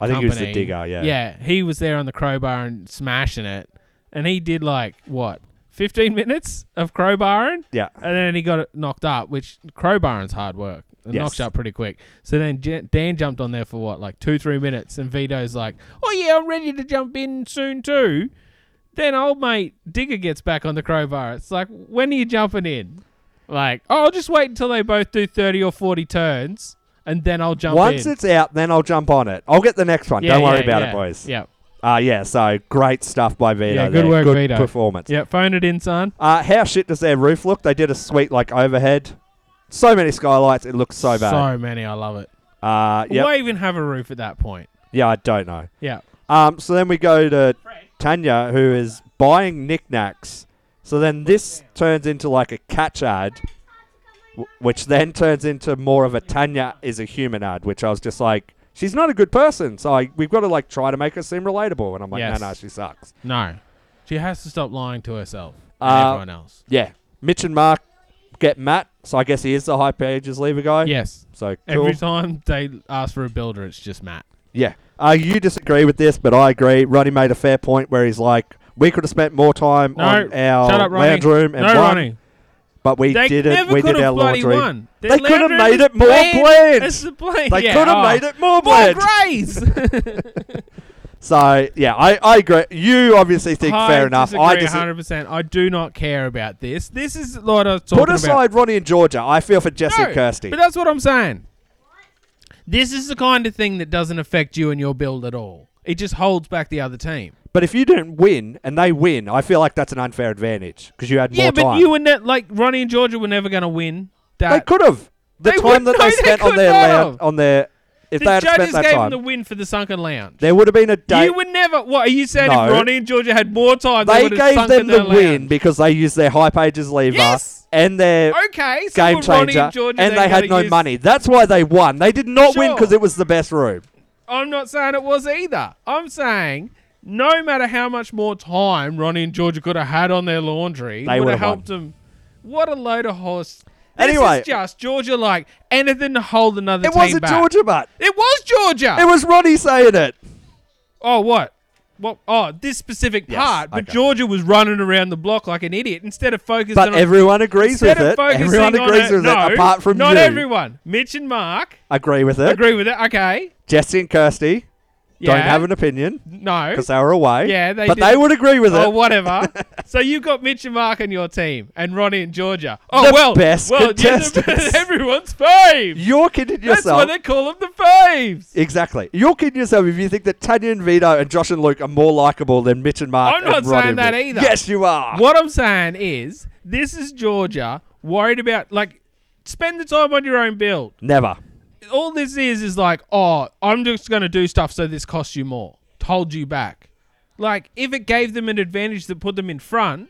Speaker 1: I think he was the
Speaker 2: company.
Speaker 1: digger, yeah.
Speaker 2: Yeah, he was there on the crowbar and smashing it, and he did like what, fifteen minutes of crowbarring.
Speaker 1: Yeah.
Speaker 2: and then he got it knocked up, which crowbarring's hard work. It
Speaker 1: Yes.
Speaker 2: knocks you up pretty quick. So then J- Dan jumped on there for what, like two, three minutes, and Vito's like, "Oh yeah, I'm ready to jump in soon too." Then old mate Digger gets back on the crowbar. It's like, when are you jumping in? Like, oh, I'll just wait until they both do thirty or forty turns, and then I'll jump in.
Speaker 1: Once it's out, then I'll jump on it. I'll get the next one.
Speaker 2: Yeah,
Speaker 1: Don't worry
Speaker 2: yeah,
Speaker 1: about
Speaker 2: yeah,
Speaker 1: it, boys.
Speaker 2: yeah.
Speaker 1: Uh, yeah, so great stuff by Vito.
Speaker 2: Yeah, good
Speaker 1: there.
Speaker 2: work,
Speaker 1: good
Speaker 2: Vito.
Speaker 1: performance.
Speaker 2: Yeah, phone it in, son.
Speaker 1: Uh, how shit does their roof look? They did a sweet, like, overhead. So many skylights. It looks so bad.
Speaker 2: So many, I love it.
Speaker 1: uh, yep.
Speaker 2: Why even have a roof at that point?
Speaker 1: Yeah, I don't know.
Speaker 2: Yeah.
Speaker 1: Um, so then we go to Tanya, who is buying knickknacks. So then this turns into like a catch ad, w- which then turns into more of a Tanya is a human ad, which I was just like, she's not a good person. So I, we've got to like try to make her seem relatable. And I'm like,
Speaker 2: Yes.
Speaker 1: no, no, she sucks.
Speaker 2: No, she has to stop lying to herself and
Speaker 1: Uh,
Speaker 2: everyone else.
Speaker 1: Yeah. Mitch and Mark get Matt. So I guess he is the high pages lever guy.
Speaker 2: Yes.
Speaker 1: So cool.
Speaker 2: Every time they ask for a builder, it's just Matt.
Speaker 1: Yeah. Uh, you disagree with this, but I agree. Ronnie made a fair point where he's like, we could have spent more time
Speaker 2: No.
Speaker 1: on our
Speaker 2: Shut up, Ronnie.
Speaker 1: lounge room and
Speaker 2: No,
Speaker 1: won,
Speaker 2: Ronnie.
Speaker 1: but we
Speaker 2: They
Speaker 1: didn't.
Speaker 2: never
Speaker 1: We
Speaker 2: could
Speaker 1: did
Speaker 2: have
Speaker 1: our
Speaker 2: bloody
Speaker 1: laundry.
Speaker 2: won.
Speaker 1: They
Speaker 2: Their
Speaker 1: could have
Speaker 2: lounge room
Speaker 1: made it more
Speaker 2: is
Speaker 1: bland.
Speaker 2: bland. It's the bland.
Speaker 1: They
Speaker 2: Yeah,
Speaker 1: could have
Speaker 2: oh.
Speaker 1: made it more
Speaker 2: More
Speaker 1: bland. [laughs]
Speaker 2: grays.
Speaker 1: so yeah, I, I agree. You obviously think
Speaker 2: I
Speaker 1: fair enough.
Speaker 2: Disagree
Speaker 1: I just
Speaker 2: 100%. I do not care about this. This is what I was talking
Speaker 1: put aside Ronnie and Georgia. I feel for Jesse
Speaker 2: about.
Speaker 1: and Kirsty.
Speaker 2: But that's what I'm saying. This is the kind of thing that doesn't affect you and your build at all. It just holds back the other team.
Speaker 1: But if you don't win and they win, I feel like that's an unfair advantage because you had
Speaker 2: Yeah,
Speaker 1: more
Speaker 2: but
Speaker 1: time.
Speaker 2: you were net like Ronnie and Georgia were never going to win. That
Speaker 1: they could have the
Speaker 2: They would-
Speaker 1: time
Speaker 2: no, [laughs]
Speaker 1: that they
Speaker 2: they
Speaker 1: spent on
Speaker 2: could
Speaker 1: their
Speaker 2: not
Speaker 1: lounge,
Speaker 2: have.
Speaker 1: on their if
Speaker 2: the
Speaker 1: they had
Speaker 2: judges
Speaker 1: spent that
Speaker 2: gave
Speaker 1: time,
Speaker 2: them the win for the sunken lounge.
Speaker 1: there would have been a day.
Speaker 2: You were never. What are you saying?
Speaker 1: No.
Speaker 2: If Ronnie and Georgia had more time, they,
Speaker 1: they
Speaker 2: would
Speaker 1: gave
Speaker 2: have sunken
Speaker 1: them the
Speaker 2: their lounge.
Speaker 1: win because they used their high pages lever
Speaker 2: Yes.
Speaker 1: and their
Speaker 2: Okay, so
Speaker 1: game
Speaker 2: were Ronnie and
Speaker 1: changer,
Speaker 2: Georgia
Speaker 1: and
Speaker 2: then
Speaker 1: they had
Speaker 2: gonna
Speaker 1: no
Speaker 2: use-
Speaker 1: money. That's why they won. They did not win
Speaker 2: Sure.
Speaker 1: because it was the best room.
Speaker 2: I'm not saying it was either. I'm saying no matter how much more time Ronnie and Georgia could have had on their laundry,
Speaker 1: They
Speaker 2: would
Speaker 1: would've
Speaker 2: have helped them. What a load of horse. this
Speaker 1: Anyway.
Speaker 2: is just Georgia like anything to hold another
Speaker 1: It
Speaker 2: team
Speaker 1: wasn't
Speaker 2: back.
Speaker 1: Georgia, but
Speaker 2: It was Georgia.
Speaker 1: it was Ronnie saying it.
Speaker 2: Oh, what? Well, oh, this specific
Speaker 1: Yes,
Speaker 2: part, but
Speaker 1: okay.
Speaker 2: Georgia was running around the block like an idiot instead of focusing.
Speaker 1: But
Speaker 2: on,
Speaker 1: everyone agrees
Speaker 2: instead
Speaker 1: with
Speaker 2: of
Speaker 1: it.
Speaker 2: focusing
Speaker 1: Everyone
Speaker 2: on
Speaker 1: agrees
Speaker 2: it.
Speaker 1: with it,
Speaker 2: No,
Speaker 1: apart from
Speaker 2: not
Speaker 1: you.
Speaker 2: everyone. Mitch and Mark
Speaker 1: Agree with it.
Speaker 2: agree with it. Okay,
Speaker 1: Jesse and Kirsty
Speaker 2: Yeah.
Speaker 1: don't have an opinion
Speaker 2: no,
Speaker 1: because they were away.
Speaker 2: Yeah, they
Speaker 1: but
Speaker 2: did. Oh,
Speaker 1: they would agree with
Speaker 2: or
Speaker 1: it. [laughs]
Speaker 2: whatever. so you've got Mitch and Mark on your team, and Ronnie and Georgia. Oh
Speaker 1: The
Speaker 2: well,
Speaker 1: best
Speaker 2: well, you're the- [laughs]
Speaker 1: contestants.
Speaker 2: everyone's fave.
Speaker 1: You're kidding
Speaker 2: That's why
Speaker 1: yourself.
Speaker 2: they call them the faves.
Speaker 1: Exactly. You're kidding yourself if you think that Tanya and Vito and Josh and Luke are more likable than Mitch and Mark.
Speaker 2: I'm not
Speaker 1: and Uh, Ronnie
Speaker 2: saying
Speaker 1: and
Speaker 2: that
Speaker 1: Rick.
Speaker 2: either.
Speaker 1: Yes, you are.
Speaker 2: What I'm saying is, this is Georgia worried about like spend the time on your own build.
Speaker 1: Never.
Speaker 2: All this is is like, oh, I'm just gonna do stuff so this costs you more, to hold you back. Like if it gave them an advantage that put them in front,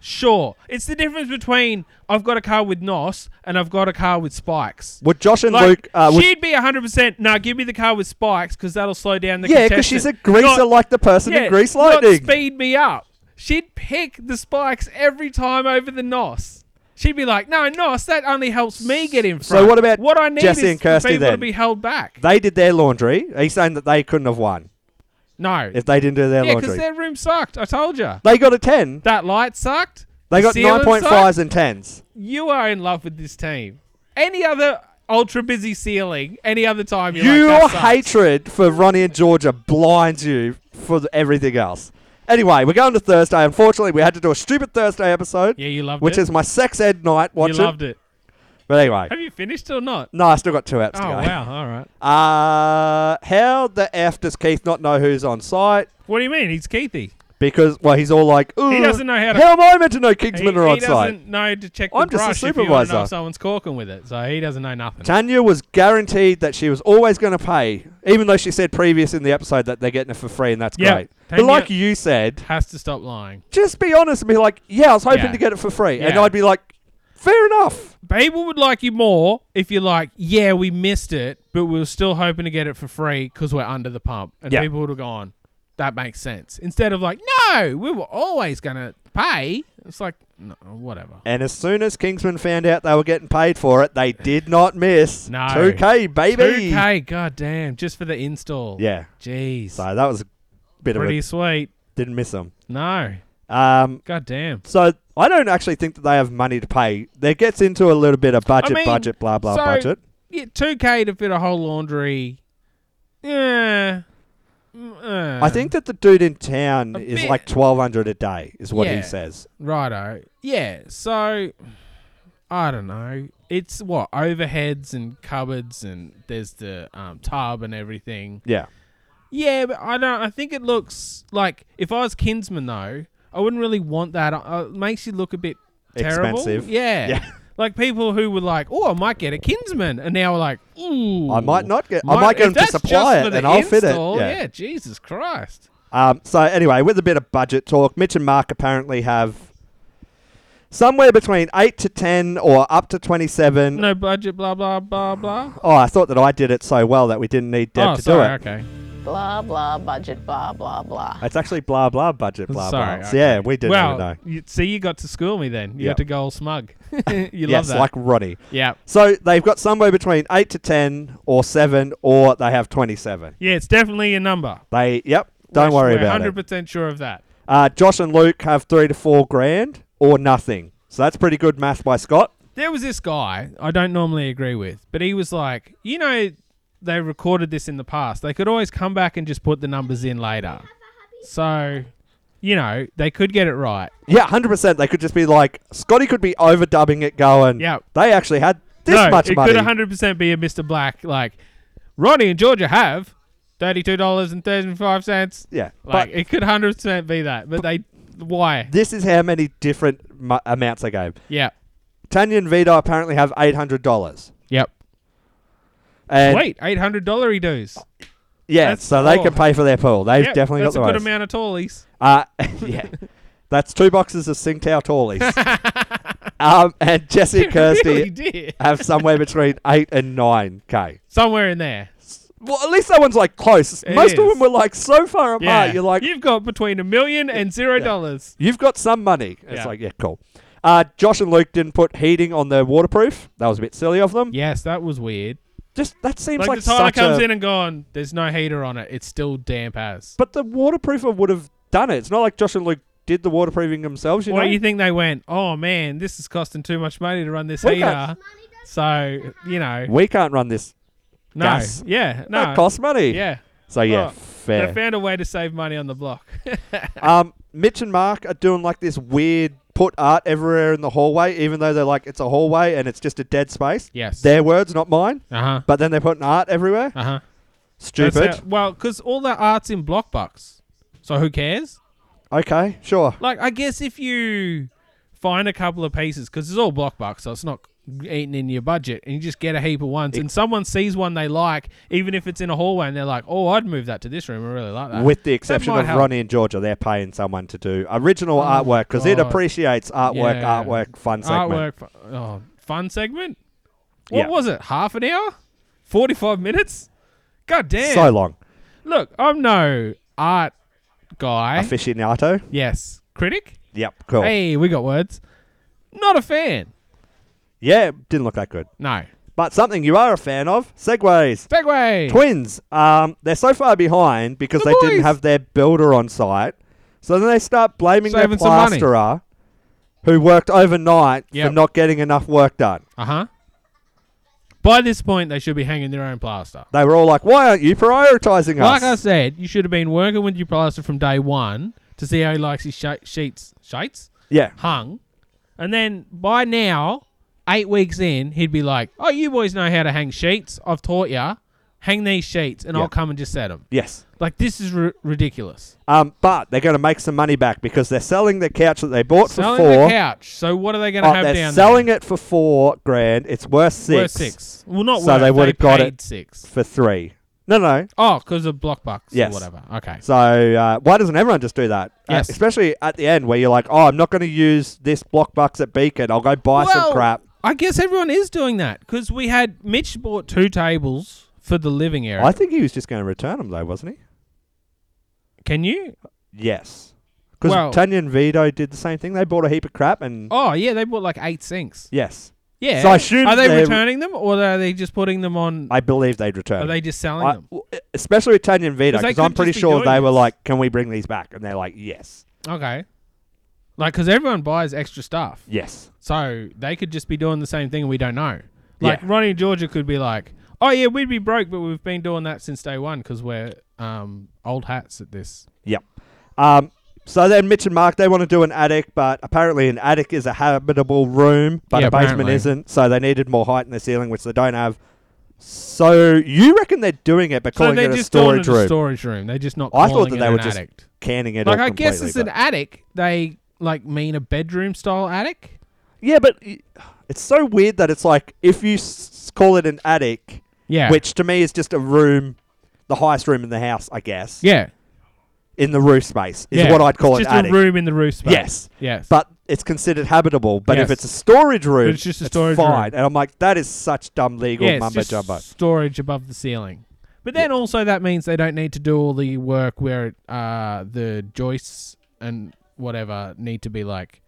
Speaker 2: sure. It's the difference between I've got a car with nos and I've got a car with spikes.
Speaker 1: Would Josh and
Speaker 2: Like,
Speaker 1: Luke? Uh, would-
Speaker 2: she'd be 100%. No, give me the car with spikes because that'll slow down the
Speaker 1: yeah, because she's a
Speaker 2: contestant."
Speaker 1: greaser
Speaker 2: Not-
Speaker 1: like the person in Grease
Speaker 2: not
Speaker 1: Lightning.
Speaker 2: speed me up. She'd pick the spikes every time over the nos. She'd be like, "No, nos, that only helps me get in front."
Speaker 1: So what about
Speaker 2: what I need
Speaker 1: Jesse
Speaker 2: is
Speaker 1: and Kirsty
Speaker 2: for people to
Speaker 1: then?
Speaker 2: be held back?
Speaker 1: they did their laundry. He's saying that they couldn't have won
Speaker 2: No,
Speaker 1: if they didn't do their
Speaker 2: yeah, because
Speaker 1: laundry.
Speaker 2: their room sucked. I told you
Speaker 1: They got a ten.
Speaker 2: that light sucked.
Speaker 1: They
Speaker 2: the
Speaker 1: got
Speaker 2: ceiling
Speaker 1: nine point fives
Speaker 2: sucked.
Speaker 1: and tens.
Speaker 2: You are in love with this team. Any other ultra busy ceiling, any other time, you're
Speaker 1: Your
Speaker 2: like, "That sucked."
Speaker 1: hatred for Ronnie and Georgia blinds you for th- everything else. Anyway, we're going to Thursday. Unfortunately, we had to do a stupid Thursday episode.
Speaker 2: Yeah, you loved
Speaker 1: which
Speaker 2: it.
Speaker 1: is my sex ed night.
Speaker 2: You
Speaker 1: Watching.
Speaker 2: loved it.
Speaker 1: But anyway,
Speaker 2: Have you finished or not?
Speaker 1: no, I still got two apps
Speaker 2: Oh
Speaker 1: to go.
Speaker 2: wow! All right.
Speaker 1: Uh, how the F does Keith not know who's on site?
Speaker 2: What do you mean? He's Keithy.
Speaker 1: Because, well, he's all like, Ugh,
Speaker 2: He doesn't know how to-
Speaker 1: How am I meant to know Kingsmen
Speaker 2: he,
Speaker 1: are on
Speaker 2: he
Speaker 1: site?
Speaker 2: doesn't know to check the
Speaker 1: I'm just a
Speaker 2: brush if you want to know
Speaker 1: supervisor.
Speaker 2: if someone's corking with it, so he doesn't know nothing.
Speaker 1: Tanya was guaranteed that she was always going to pay, even though she said previous in the episode that they're getting it for free, and that's
Speaker 2: Yeah,
Speaker 1: great. but
Speaker 2: Tanya-
Speaker 1: like you said,
Speaker 2: Has to stop lying.
Speaker 1: just be honest and be like, yeah, I was hoping
Speaker 2: Yeah.
Speaker 1: to get it for free. And
Speaker 2: Yeah.
Speaker 1: I'd be like, fair enough.
Speaker 2: People would like you more if you're like, yeah, we missed it, but we were still hoping to get it for free because we're under the pump. And
Speaker 1: Yeah.
Speaker 2: people would have gone, that makes sense. Instead of like, no, we were always going to pay. It's like, no, whatever.
Speaker 1: And as soon as Kingsman found out they were getting paid for it, they did not miss.
Speaker 2: No.
Speaker 1: 2K, baby.
Speaker 2: 2K, god damn, just for the install.
Speaker 1: Yeah.
Speaker 2: Jeez.
Speaker 1: So that was a bit of a.
Speaker 2: Pretty sweet.
Speaker 1: Didn't miss them.
Speaker 2: No.
Speaker 1: Um,
Speaker 2: God damn.
Speaker 1: So I don't actually think that they have money to pay. There gets into a little bit of budget,
Speaker 2: I mean,
Speaker 1: budget, blah, blah,
Speaker 2: so,
Speaker 1: budget.
Speaker 2: Yeah, 2K to fit a whole laundry. Yeah. Mm,
Speaker 1: I think that the dude in town is
Speaker 2: bit-
Speaker 1: like 1200 a day, is what
Speaker 2: Yeah.
Speaker 1: he says.
Speaker 2: Righto. Yeah. So I don't know. It's what overheads and cupboards and there's the um, tub and everything.
Speaker 1: Yeah.
Speaker 2: Yeah, but I don't. I think it looks like if I was kinsman though, I wouldn't really want that. Uh, it makes you look a bit terrible.
Speaker 1: Expensive.
Speaker 2: Yeah.
Speaker 1: Yeah.
Speaker 2: [laughs] Like people who were like, "Oh, I might get a kinsman," and now are like, "Ooh,
Speaker 1: I might not get- I might get
Speaker 2: if
Speaker 1: him to
Speaker 2: that's just
Speaker 1: supply it
Speaker 2: for the
Speaker 1: and I'll fit it."
Speaker 2: install,
Speaker 1: Yeah.
Speaker 2: yeah, Jesus Christ.
Speaker 1: Um, so anyway, with a bit of budget talk, Mitch and Mark apparently have somewhere between eight to ten or up to twenty-seven.
Speaker 2: No budget, blah blah blah blah.
Speaker 1: Oh, I thought that I did it so well that we didn't need Deb
Speaker 2: oh,
Speaker 1: to
Speaker 2: sorry,
Speaker 1: do it.
Speaker 2: okay.
Speaker 5: Blah blah budget blah blah blah.
Speaker 1: It's actually blah blah budget blah
Speaker 2: sorry.
Speaker 1: blah.
Speaker 2: okay.
Speaker 1: So yeah, we didn't
Speaker 2: well,
Speaker 1: even know.
Speaker 2: You, see, you got to school me then. You
Speaker 1: Yeah.
Speaker 2: got to go all
Speaker 1: [laughs]
Speaker 2: smug. [laughs] you love
Speaker 1: yes,
Speaker 2: that.
Speaker 1: like Ronnie.
Speaker 2: Yeah.
Speaker 1: So they've got somewhere between eight to ten or seven, or they have twenty-seven.
Speaker 2: Yeah, it's definitely a number.
Speaker 1: They yep. Don't worry
Speaker 2: We're
Speaker 1: about it.
Speaker 2: 100% sure of that.
Speaker 1: Uh, Josh and Luke have three to four grand or nothing. So that's pretty good math by Scott.
Speaker 2: There was this guy I don't normally agree with, but he was like, you know, they recorded this in the past. They could always come back and just put the numbers in later. So, you know, they could get it right.
Speaker 1: Yeah, hundred percent. They could just be like Scotty could be overdubbing it, going. Yeah, they actually had this
Speaker 2: no,
Speaker 1: much
Speaker 2: it
Speaker 1: money.
Speaker 2: could 100% be a Mr. Black. Like, Ronnie and Georgia have $32.35.
Speaker 1: Yeah,
Speaker 2: Like,
Speaker 1: but-
Speaker 2: it could 100% be that, but they. Why?
Speaker 1: This is how many different mu- amounts they gave.
Speaker 2: Yeah.
Speaker 1: Tanya and Vito apparently have eight hundred dollars.
Speaker 2: Yep.
Speaker 1: And
Speaker 2: Wait, eight hundred dollar dues.
Speaker 1: yeah,
Speaker 2: that's-
Speaker 1: so they
Speaker 2: oh.
Speaker 1: can pay for their pool. They've
Speaker 2: Yep,
Speaker 1: definitely
Speaker 2: that's
Speaker 1: got the
Speaker 2: a good
Speaker 1: most.
Speaker 2: amount of tallies.
Speaker 1: Uh, [laughs] yeah, that's two boxes of
Speaker 2: [laughs]
Speaker 1: Singtel tallies. um, and Jesse and Kirsty
Speaker 2: really did.
Speaker 1: have somewhere between eight and nine k.
Speaker 2: Somewhere in there.
Speaker 1: Well, at least that one's like close.
Speaker 2: It
Speaker 1: Most of
Speaker 2: is.
Speaker 1: them were like so far apart.
Speaker 2: Yeah.
Speaker 1: You're like,
Speaker 2: You've got between a million and zero dollars.
Speaker 1: You've got some money. It's
Speaker 2: Yeah.
Speaker 1: like, yeah, cool. Uh, Josh and Luke didn't put heating on the waterproof. That was a bit silly of them.
Speaker 2: Yes, that was weird.
Speaker 1: Just that seems like,
Speaker 2: the tiler
Speaker 1: such
Speaker 2: comes
Speaker 1: a-
Speaker 2: in and gone, there's no heater on it. It's still damp as.
Speaker 1: But the waterproofer would have done it. It's not like Josh and Luke did the waterproofing themselves. You
Speaker 2: Well,
Speaker 1: know?
Speaker 2: you think they went, oh man, this is costing too much money to run this
Speaker 1: We
Speaker 2: heater.
Speaker 1: can't-
Speaker 2: So, you know.
Speaker 1: we can't run this.
Speaker 2: No.
Speaker 1: gas.
Speaker 2: Yeah. No.
Speaker 1: That costs money.
Speaker 2: Yeah.
Speaker 1: So yeah,
Speaker 2: Oh, They
Speaker 1: fair.
Speaker 2: found a way to save money on the block. [laughs]
Speaker 1: [laughs] um, Mitch and Mark are doing like this weird put art everywhere in the hallway, even though they're like it's a hallway and it's just a dead space.
Speaker 2: Yes.
Speaker 1: Their words, not mine.
Speaker 2: Uh-huh.
Speaker 1: But then they're putting art everywhere.
Speaker 2: Uh huh.
Speaker 1: Stupid.
Speaker 2: That's how- well, because all the art's in block bucks. So who cares?
Speaker 1: okay, sure.
Speaker 2: Like, I guess if you find a couple of pieces, because it's all block bucks, so it's not eating in your budget, and you just get a heap of ones, and someone sees one they like, even if it's in a hallway, and they're like, oh, I'd move that to this room. I really like that.
Speaker 1: With the
Speaker 2: That
Speaker 1: exception
Speaker 2: might
Speaker 1: of
Speaker 2: help.
Speaker 1: Ronnie and Georgia, they're paying someone to do original
Speaker 2: Oh,
Speaker 1: artwork because it
Speaker 2: God.
Speaker 1: appreciates artwork,
Speaker 2: Yeah.
Speaker 1: artwork, fun segment.
Speaker 2: Artwork, fu- oh, fun segment? What
Speaker 1: Yeah.
Speaker 2: was it? Half an hour? 45 minutes? God damn.
Speaker 1: So long.
Speaker 2: Look, I'm no art guy.
Speaker 1: Aficionado.
Speaker 2: Yes. Critic?
Speaker 1: Yep, cool.
Speaker 2: Hey, we got words. Not a fan.
Speaker 1: Yeah, didn't look that good.
Speaker 2: No.
Speaker 1: But something you are a fan of, segways.
Speaker 2: Segway.
Speaker 1: Twins. Um, they're so far behind because they didn't have their builder on site. So then they start blaming
Speaker 2: Saving
Speaker 1: their
Speaker 2: some money.
Speaker 1: plasterer who worked overnight
Speaker 2: Yep.
Speaker 1: for not getting enough work done.
Speaker 2: Uh huh. By this point, they should be hanging their own plaster.
Speaker 1: They were all like, why aren't you prioritizing
Speaker 2: Like I
Speaker 1: us?
Speaker 2: said, you should have been working with your plaster from day one to see how he likes his sh- sheets, sheets
Speaker 1: Yeah.
Speaker 2: hung. And then by now, eight weeks in, he'd be like, oh, you boys know how to hang sheets. I've taught ya. Hang these sheets and I'll
Speaker 1: Yep.
Speaker 2: come and just set them.
Speaker 1: Yes.
Speaker 2: Like, this is ri- ridiculous.
Speaker 1: Um, but they're going to make some money back because they're selling the couch that they bought
Speaker 2: Selling
Speaker 1: for four.
Speaker 2: the couch. So what are they going to
Speaker 1: Oh,
Speaker 2: have
Speaker 1: they're
Speaker 2: down there?
Speaker 1: selling it for four grand. It's worth six.
Speaker 2: Worth six. Well, not
Speaker 1: so
Speaker 2: worth,
Speaker 1: they would
Speaker 2: they
Speaker 1: have got
Speaker 2: paid
Speaker 1: it
Speaker 2: six.
Speaker 1: for three. No, no.
Speaker 2: Oh, because of block bucks
Speaker 1: Yes.
Speaker 2: or whatever. Okay.
Speaker 1: So uh, why doesn't everyone just do that? Uh,
Speaker 2: Yes.
Speaker 1: especially at the end where you're like, oh, I'm not going to use this block bucks at Beacon. I'll go buy some crap.
Speaker 2: I guess everyone is doing that because we had Mitch bought two tables for the living area.
Speaker 1: I think he was just going to return them though, wasn't he?
Speaker 2: Can you?
Speaker 1: Yes. Because
Speaker 2: Well-
Speaker 1: Tanya and Vito did the same thing. They bought a heap of crap and.
Speaker 2: Oh yeah, they bought like eight sinks.
Speaker 1: Yes.
Speaker 2: Yeah.
Speaker 1: So I assume
Speaker 2: are they
Speaker 1: they're-
Speaker 2: returning them or are they just putting them on?
Speaker 1: I believe they'd return.
Speaker 2: Are
Speaker 1: it.
Speaker 2: they just selling
Speaker 1: I-
Speaker 2: them?
Speaker 1: w- Especially with Tanya and Vito,
Speaker 2: 'Cause they
Speaker 1: because I'm
Speaker 2: could
Speaker 1: pretty
Speaker 2: just be
Speaker 1: sure
Speaker 2: doing
Speaker 1: they were
Speaker 2: this.
Speaker 1: like, "Can we bring these back?" And they're like, "Yes."
Speaker 2: Okay. Like, because everyone buys extra stuff.
Speaker 1: Yes.
Speaker 2: So they could just be doing the same thing and we don't know. Like Ronnie and Georgia could be like, "Oh yeah, we'd be broke, but we've been doing that since day one because we're um, old hats at this."
Speaker 1: Yep. Um, so then Mitch and Mark they want to do an attic, but apparently an attic is a habitable room, but
Speaker 2: Yeah,
Speaker 1: a basement
Speaker 2: apparently.
Speaker 1: isn't. So they needed more height in the ceiling, which they don't have. So you reckon they're doing it, but
Speaker 2: So
Speaker 1: calling
Speaker 2: they're
Speaker 1: it a
Speaker 2: just doing
Speaker 1: storage
Speaker 2: it a
Speaker 1: room?
Speaker 2: storage room. They're just not.
Speaker 1: I thought
Speaker 2: calling
Speaker 1: that
Speaker 2: it
Speaker 1: they
Speaker 2: an
Speaker 1: were just
Speaker 2: attic.
Speaker 1: canning it.
Speaker 2: like
Speaker 1: off
Speaker 2: I guess
Speaker 1: completely,
Speaker 2: it's an
Speaker 1: but-
Speaker 2: attic. They like mean a bedroom style attic.
Speaker 1: Yeah, but y- it's so weird that it's like if you s- call it an attic,
Speaker 2: Yeah.
Speaker 1: which to me is just a room, the highest room in the house, I guess.
Speaker 2: Yeah.
Speaker 1: In the roof space is
Speaker 2: Yeah,
Speaker 1: what I'd call
Speaker 2: it's
Speaker 1: an
Speaker 2: just a
Speaker 1: attic.
Speaker 2: room in the roof space.
Speaker 1: Yes.
Speaker 2: Yes.
Speaker 1: But it's considered habitable. But if
Speaker 2: Yes.
Speaker 1: it's a storage room,
Speaker 2: But it's just a storage
Speaker 1: fine.
Speaker 2: room.
Speaker 1: And I'm like, that is such dumb legal
Speaker 2: Yeah, it's
Speaker 1: mumbo
Speaker 2: just
Speaker 1: jumbo.
Speaker 2: Storage above the ceiling. But then also that means they don't need to do all the work where uh, the joists and whatever need to be like,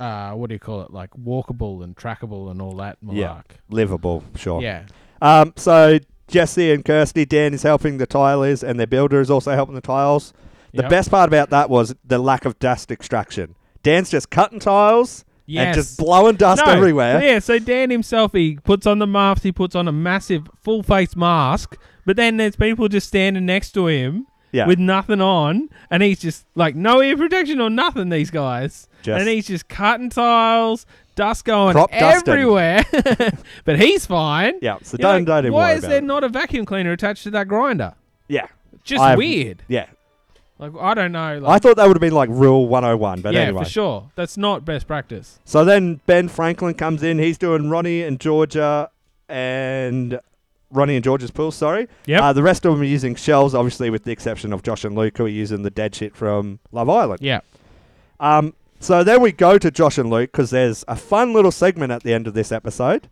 Speaker 2: uh, what do you call it? Like walkable and trackable and all that malark.
Speaker 1: livable, sure.
Speaker 2: Yeah.
Speaker 1: Um, so Jesse and Kirsty, Dan is helping the tilers, and their builder is also helping the tiles. The
Speaker 2: Yep.
Speaker 1: best part about that was the lack of dust extraction. Dan's just cutting tiles and just
Speaker 2: Yes.
Speaker 1: blowing dust
Speaker 2: No,
Speaker 1: everywhere.
Speaker 2: Yeah, so Dan himself, he puts on the mask, he puts on a massive full face mask, but then there's people just standing next to him
Speaker 1: Yeah.
Speaker 2: with nothing on, and he's just like no ear protection or nothing, these guys.
Speaker 1: Just-
Speaker 2: and he's just cutting tiles, dust going
Speaker 1: Crop dusting.
Speaker 2: everywhere, but he's fine.
Speaker 1: Yeah, [laughs] so
Speaker 2: You're
Speaker 1: don't-
Speaker 2: like,
Speaker 1: don't even
Speaker 2: Why
Speaker 1: worry
Speaker 2: is
Speaker 1: about
Speaker 2: there
Speaker 1: it."
Speaker 2: not a vacuum cleaner attached to that grinder?
Speaker 1: Yeah.
Speaker 2: Just
Speaker 1: I've-
Speaker 2: weird.
Speaker 1: Yeah.
Speaker 2: Like, I don't know.
Speaker 1: I
Speaker 2: Like,
Speaker 1: thought that would have been like rule 101, but
Speaker 2: yeah,
Speaker 1: anyway.
Speaker 2: for sure. That's not best practice.
Speaker 1: So then Ben Franklin comes in. He's doing Ronnie and Georgia and Ronnie and Georgia's pool, sorry.
Speaker 2: Yep.
Speaker 1: Uh, the rest of them are using shells, obviously, with the exception of Josh and Luke, who are using the dead shit from Love Island.
Speaker 2: Yeah.
Speaker 1: Um, so then we go to Josh and Luke because there's a fun little segment at the end of this episode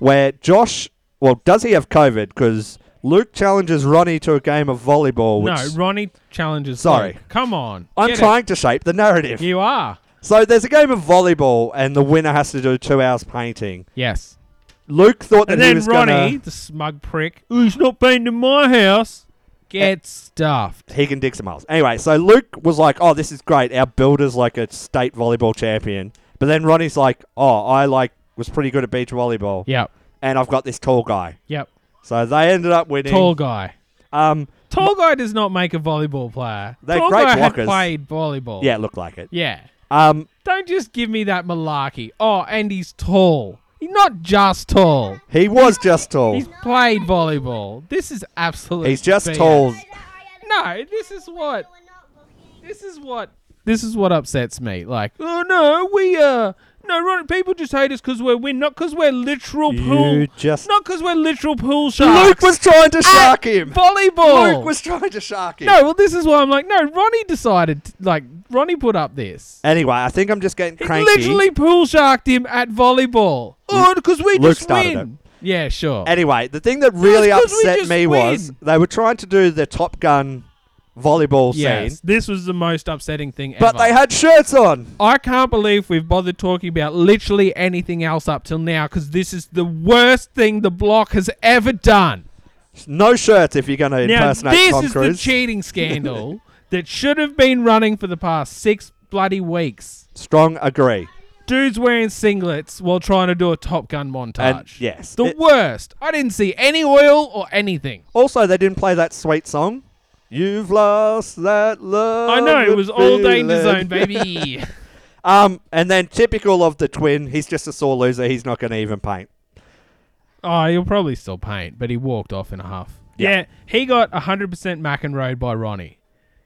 Speaker 1: where Josh, well, does he have COVID? Because Luke challenges Ronnie to a game of volleyball. Which
Speaker 2: No, Ronnie challenges.
Speaker 1: Sorry.
Speaker 2: Luke. Come on.
Speaker 1: I'm
Speaker 2: get it.
Speaker 1: trying to shape the narrative.
Speaker 2: You are.
Speaker 1: So there's a game of volleyball, and the winner has to do two hours painting.
Speaker 2: Yes.
Speaker 1: Luke thought that
Speaker 2: And
Speaker 1: he
Speaker 2: then
Speaker 1: was
Speaker 2: Ronnie,
Speaker 1: gonna.
Speaker 2: the smug prick, who's not been to my house, gets stuffed.
Speaker 1: He can dig some holes. Anyway, so Luke was like, "Oh, this is great. Our builder's like a state volleyball champion." But then Ronnie's like, "Oh, I like was pretty good at beach volleyball.
Speaker 2: Yep.
Speaker 1: And I've got this tall guy.
Speaker 2: Yep.
Speaker 1: So they ended up winning.
Speaker 2: Tall guy.
Speaker 1: Um,
Speaker 2: Tall guy does not make a volleyball player.
Speaker 1: They're
Speaker 2: Tall
Speaker 1: great
Speaker 2: guy had
Speaker 1: blockers.
Speaker 2: played volleyball.
Speaker 1: Yeah, it looked like it.
Speaker 2: Yeah.
Speaker 1: Um,
Speaker 2: Don't just give me that malarkey. Oh, and he's tall. He's not just tall.
Speaker 1: he was just tall.
Speaker 2: He's played volleyball. This is absolute.
Speaker 1: He's just
Speaker 2: BS.
Speaker 1: tall.
Speaker 2: No, this is what. This is what. This is what upsets me. Like, oh no, we uh, no, Ron, people just hate us because we're win, not because we're literal pool,
Speaker 1: You just-
Speaker 2: not because we're
Speaker 1: [laughs]
Speaker 2: literal pool sharks.
Speaker 1: Luke was trying to
Speaker 2: at
Speaker 1: shark him.
Speaker 2: Volleyball.
Speaker 1: Luke was trying
Speaker 2: [laughs]
Speaker 1: to shark him.
Speaker 2: No, well, this is why I'm like, no, Ronnie decided. t- Like, Ronnie put up this.
Speaker 1: Anyway, I think I'm just getting cranky.
Speaker 2: Literally pool sharked him at volleyball. Oh, because we
Speaker 1: Luke
Speaker 2: just
Speaker 1: started
Speaker 2: win. Yeah, sure.
Speaker 1: Anyway, the thing that really
Speaker 2: 'cause we
Speaker 1: upset
Speaker 2: just
Speaker 1: me was
Speaker 2: win.
Speaker 1: they were trying to do the Top Gun volleyball
Speaker 2: Yes,
Speaker 1: scene,
Speaker 2: this was the most upsetting thing
Speaker 1: but
Speaker 2: ever.
Speaker 1: they had shirts on.
Speaker 2: I can't believe we've bothered talking about literally anything else up till now because this is the worst thing the block has ever done.
Speaker 1: No shirts if you're going to
Speaker 2: now,
Speaker 1: impersonate
Speaker 2: this
Speaker 1: Tom
Speaker 2: is the
Speaker 1: Cruise. [laughs]
Speaker 2: cheating scandal that should have been running for the past six bloody weeks.
Speaker 1: Strong agree.
Speaker 2: Dudes wearing singlets while trying to do a Top Gun montage.
Speaker 1: And yes,
Speaker 2: the
Speaker 1: It-
Speaker 2: worst. I didn't see any oil or anything.
Speaker 1: also they didn't play that sweet song. You've lost that love.
Speaker 2: I know it was all danger
Speaker 1: feeling.
Speaker 2: zone, baby.
Speaker 1: [laughs] Um, and then typical of the twin, he's just a sore loser. He's not going to even paint.
Speaker 2: Oh, he'll probably still paint, but he walked off in a huff. Yeah, he got 100% McEnroed by Ronnie.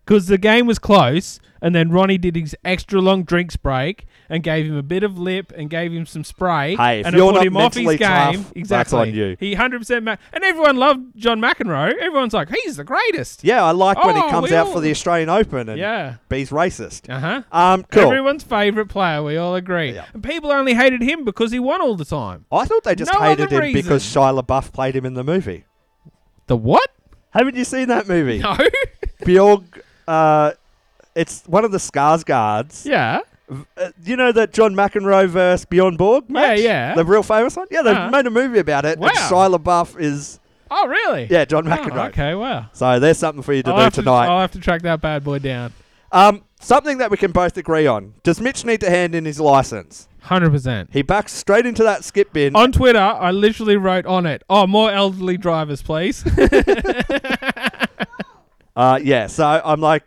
Speaker 2: Because the game was close, and then Ronnie did his extra long drinks break and gave him a bit of lip and gave him some spray.
Speaker 1: Hey, if
Speaker 2: and
Speaker 1: you're
Speaker 2: it put
Speaker 1: not
Speaker 2: him off his
Speaker 1: mentally tough,
Speaker 2: game.
Speaker 1: that's
Speaker 2: Exactly.
Speaker 1: on you.
Speaker 2: He 100% ma- And everyone loved John McEnroe. Everyone's like, he's the greatest.
Speaker 1: Yeah, I like when
Speaker 2: Oh,
Speaker 1: he comes
Speaker 2: we
Speaker 1: out
Speaker 2: all-
Speaker 1: for the Australian Open and
Speaker 2: Yeah.
Speaker 1: B's racist.
Speaker 2: Uh huh.
Speaker 1: Um, cool.
Speaker 2: Everyone's favourite player, we all agree. And people only hated him because he won all the time.
Speaker 1: I thought they just
Speaker 2: No
Speaker 1: hated
Speaker 2: other
Speaker 1: him because
Speaker 2: reason.
Speaker 1: Shia LaBeouf played him in the movie.
Speaker 2: The what?
Speaker 1: [laughs] Haven't you seen that movie?
Speaker 2: No. [laughs]
Speaker 1: Bjorg, uh, it's one of the Skarsgårds. guards.
Speaker 2: Yeah.
Speaker 1: you know that John McEnroe versus Bjorn Borg match?
Speaker 2: yeah.
Speaker 1: The real famous one? Yeah, they
Speaker 2: Uh-huh.
Speaker 1: have made a movie about it.
Speaker 2: Wow.
Speaker 1: And Shia LaBeouf is.
Speaker 2: Oh, really?
Speaker 1: Yeah, John
Speaker 2: Oh,
Speaker 1: McEnroe.
Speaker 2: okay, wow.
Speaker 1: So there's something for you to
Speaker 2: I'll
Speaker 1: do
Speaker 2: have
Speaker 1: tonight.
Speaker 2: I'll have to track that bad boy down.
Speaker 1: Um, something that we can both agree on. Does Mitch need to hand in his license?
Speaker 2: 100%.
Speaker 1: He backs straight into that skip bin.
Speaker 2: On Twitter, I literally wrote on it, "Oh, more elderly drivers, please."
Speaker 1: Uh, yeah, so I'm like,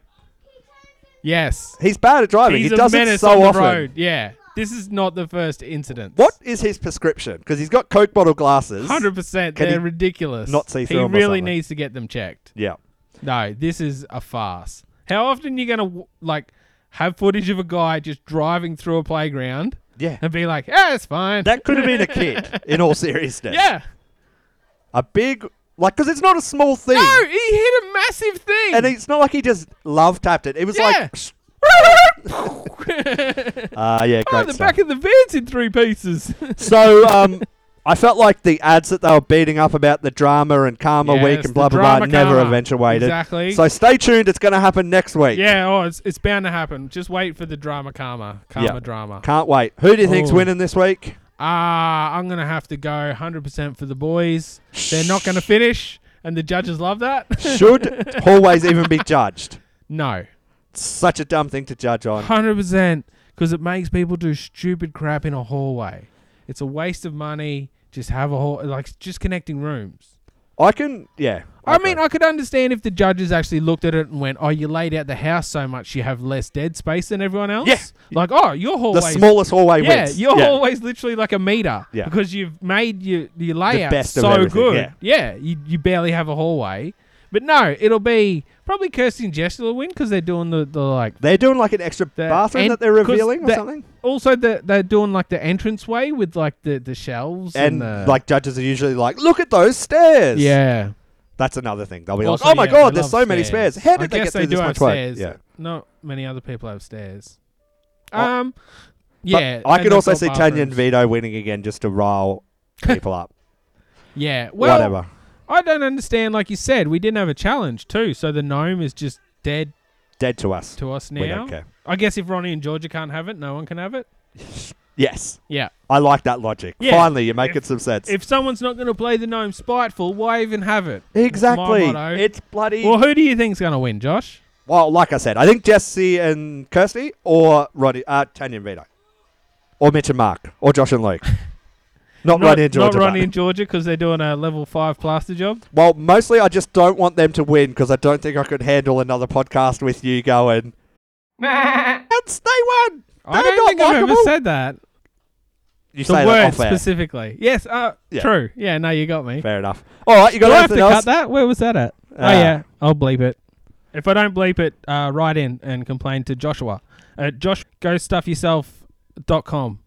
Speaker 2: yes.
Speaker 1: he's bad at
Speaker 2: [laughs]
Speaker 1: driving.
Speaker 2: He's
Speaker 1: he
Speaker 2: a
Speaker 1: does it
Speaker 2: menace
Speaker 1: so
Speaker 2: on the
Speaker 1: often.
Speaker 2: road. Yeah. This is not the first incident.
Speaker 1: What is his prescription? Because he's got Coke bottle glasses.
Speaker 2: 100%.
Speaker 1: Can
Speaker 2: They're
Speaker 1: he
Speaker 2: ridiculous.
Speaker 1: Not see through
Speaker 2: He
Speaker 1: 'em or
Speaker 2: really
Speaker 1: something?
Speaker 2: needs to get them checked.
Speaker 1: Yeah.
Speaker 2: No, this is a farce. How often are you going to like have footage of a guy just driving through a playground?
Speaker 1: Yeah.
Speaker 2: And be like, "Yeah, it's fine."
Speaker 1: That could have been a kid, in all
Speaker 2: [laughs]
Speaker 1: seriousness.
Speaker 2: Yeah.
Speaker 1: A big, like, because it's not a small thing.
Speaker 2: No, he hit a massive thing. [laughs]
Speaker 1: And it's not like he just love tapped it. It was
Speaker 2: yeah.
Speaker 1: like, uh, yeah,
Speaker 2: oh,
Speaker 1: great
Speaker 2: the
Speaker 1: stuff.
Speaker 2: back of the van's in three pieces. [laughs]
Speaker 1: So, um, I felt like the ads that they were beating up about the drama and Karma
Speaker 2: Yes,
Speaker 1: Week and
Speaker 2: the
Speaker 1: blah, blah, blah
Speaker 2: drama
Speaker 1: never
Speaker 2: karma.
Speaker 1: eventuated.
Speaker 2: Exactly.
Speaker 1: So stay tuned. It's going to happen next week.
Speaker 2: yeah, oh, it's, it's bound to happen. Just wait for the drama karma. Karma
Speaker 1: Yeah.
Speaker 2: drama. Oh.
Speaker 1: Can't wait. Who do you think's
Speaker 2: Ooh.
Speaker 1: winning this week?
Speaker 2: [laughs] Ah, I'm going to have to go 100% for the boys. They're not going to finish, and the judges love that. [laughs]
Speaker 1: Should hallways even be judged?
Speaker 2: No.
Speaker 1: Such a dumb thing to judge on.
Speaker 2: 100% because it makes people do stupid crap in a hallway. It's a waste of money. Just have a hall, like just connecting rooms.
Speaker 1: I can, yeah.
Speaker 2: I mean, I could understand if the judges actually looked at it and went, "Oh, you laid out the house so much, you have less dead space than everyone else." Yeah. Like, oh, your hallway,
Speaker 1: smallest hallway
Speaker 2: yeah,
Speaker 1: wins.
Speaker 2: your
Speaker 1: Yeah.
Speaker 2: hallway's literally like a meter.
Speaker 1: Yeah.
Speaker 2: Because you've made your your layout
Speaker 1: best of
Speaker 2: so
Speaker 1: everything,
Speaker 2: good.
Speaker 1: yeah.
Speaker 2: you, you barely have a hallway. But no, it'll be probably Kirsty and Jester will win because they're doing the, the like
Speaker 1: They're doing like an extra bathroom that they're
Speaker 2: 'cause
Speaker 1: revealing or
Speaker 2: the-
Speaker 1: something?
Speaker 2: Also, they're, they're doing like the entrance way with like the, the shelves and,
Speaker 1: And
Speaker 2: the,
Speaker 1: like judges are usually like, look at those stairs.
Speaker 2: Yeah.
Speaker 1: That's another thing. They'll be
Speaker 2: Also,
Speaker 1: like, oh my
Speaker 2: yeah,
Speaker 1: god,
Speaker 2: they
Speaker 1: there's so
Speaker 2: love
Speaker 1: many
Speaker 2: stairs.
Speaker 1: spares. How
Speaker 2: I
Speaker 1: did they
Speaker 2: guess
Speaker 1: get through
Speaker 2: do
Speaker 1: this
Speaker 2: have
Speaker 1: much way?
Speaker 2: stairs.
Speaker 1: Yeah.
Speaker 2: Not many other people have stairs. Um, yeah.
Speaker 1: But I
Speaker 2: and
Speaker 1: could
Speaker 2: they've
Speaker 1: also
Speaker 2: got
Speaker 1: see Tanya and
Speaker 2: bathrooms.
Speaker 1: Vito winning again just
Speaker 2: [laughs]
Speaker 1: to rile people up.
Speaker 2: Yeah. Well,
Speaker 1: Whatever.
Speaker 2: I don't understand. Like you said, we didn't have a challenge too, so the gnome is just dead
Speaker 1: Dead to us.
Speaker 2: to us now.
Speaker 1: We don't care.
Speaker 2: I guess if Ronnie and Georgia can't have it, no one can have it.
Speaker 1: Yes.
Speaker 2: Yeah.
Speaker 1: I like that logic.
Speaker 2: Yeah.
Speaker 1: [laughs] Finally, you're making some sense.
Speaker 2: If someone's not going to play the gnome spiteful, why even have it?
Speaker 1: Exactly.
Speaker 2: It's, my motto.
Speaker 1: It's bloody.
Speaker 2: Well, who do you think's going to win, Josh?
Speaker 1: Well, like I said, I think Jesse and Kirsty or Roddy, uh, Tanya and Vito. Or Mitch and Mark. Or Josh and
Speaker 2: [laughs]
Speaker 1: Luke. Not, Ronnie and Georgia.
Speaker 2: Not Ronnie
Speaker 1: but-
Speaker 2: and Georgia because they're doing a level five plaster job.
Speaker 1: Well, mostly I just don't want them to win because I don't think I could handle another podcast with you going. That's they won.
Speaker 2: I
Speaker 1: They're
Speaker 2: don't
Speaker 1: not
Speaker 2: think I've ever
Speaker 1: likable.
Speaker 2: said that.
Speaker 1: You
Speaker 2: the
Speaker 1: say
Speaker 2: word
Speaker 1: that off air.
Speaker 2: specifically. Yes. Uh,
Speaker 1: Yeah.
Speaker 2: True. Yeah. No, you got me.
Speaker 1: Fair enough. All right, you got
Speaker 2: Do I have
Speaker 1: anything
Speaker 2: to cut
Speaker 1: else?
Speaker 2: that? Where was that at?
Speaker 1: Ah.
Speaker 2: oh yeah, I'll bleep it. If I don't bleep it, uh, write in and complain to Joshua. Uh, Josh, go stuffyourself.com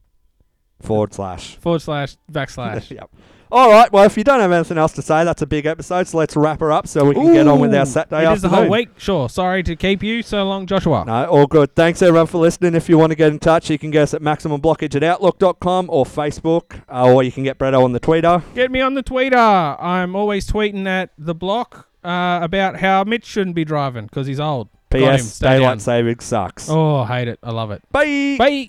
Speaker 1: Forward slash.
Speaker 2: forward slash backslash.
Speaker 1: [laughs] yep. All right. Well, if you don't have anything else to say, that's a big episode. So let's wrap her up so we can get on with our Saturday
Speaker 2: It
Speaker 1: afternoon.
Speaker 2: is the whole week. Sure. Sorry to keep you so long, Joshua.
Speaker 1: No, all good. Thanks everyone for listening. If you want to get in touch, you can get us at maximumblockage at outlook.com or Facebook, uh, or you can get Bretto on the Twitter.
Speaker 2: Get me on the tweeter. I'm always tweeting at the block uh, about how Mitch shouldn't be driving because he's old. Got him.
Speaker 1: P.S.
Speaker 2: Stay down.
Speaker 1: Daylight saving sucks.
Speaker 2: Oh, I hate it. I love it.
Speaker 1: Bye.
Speaker 2: Bye.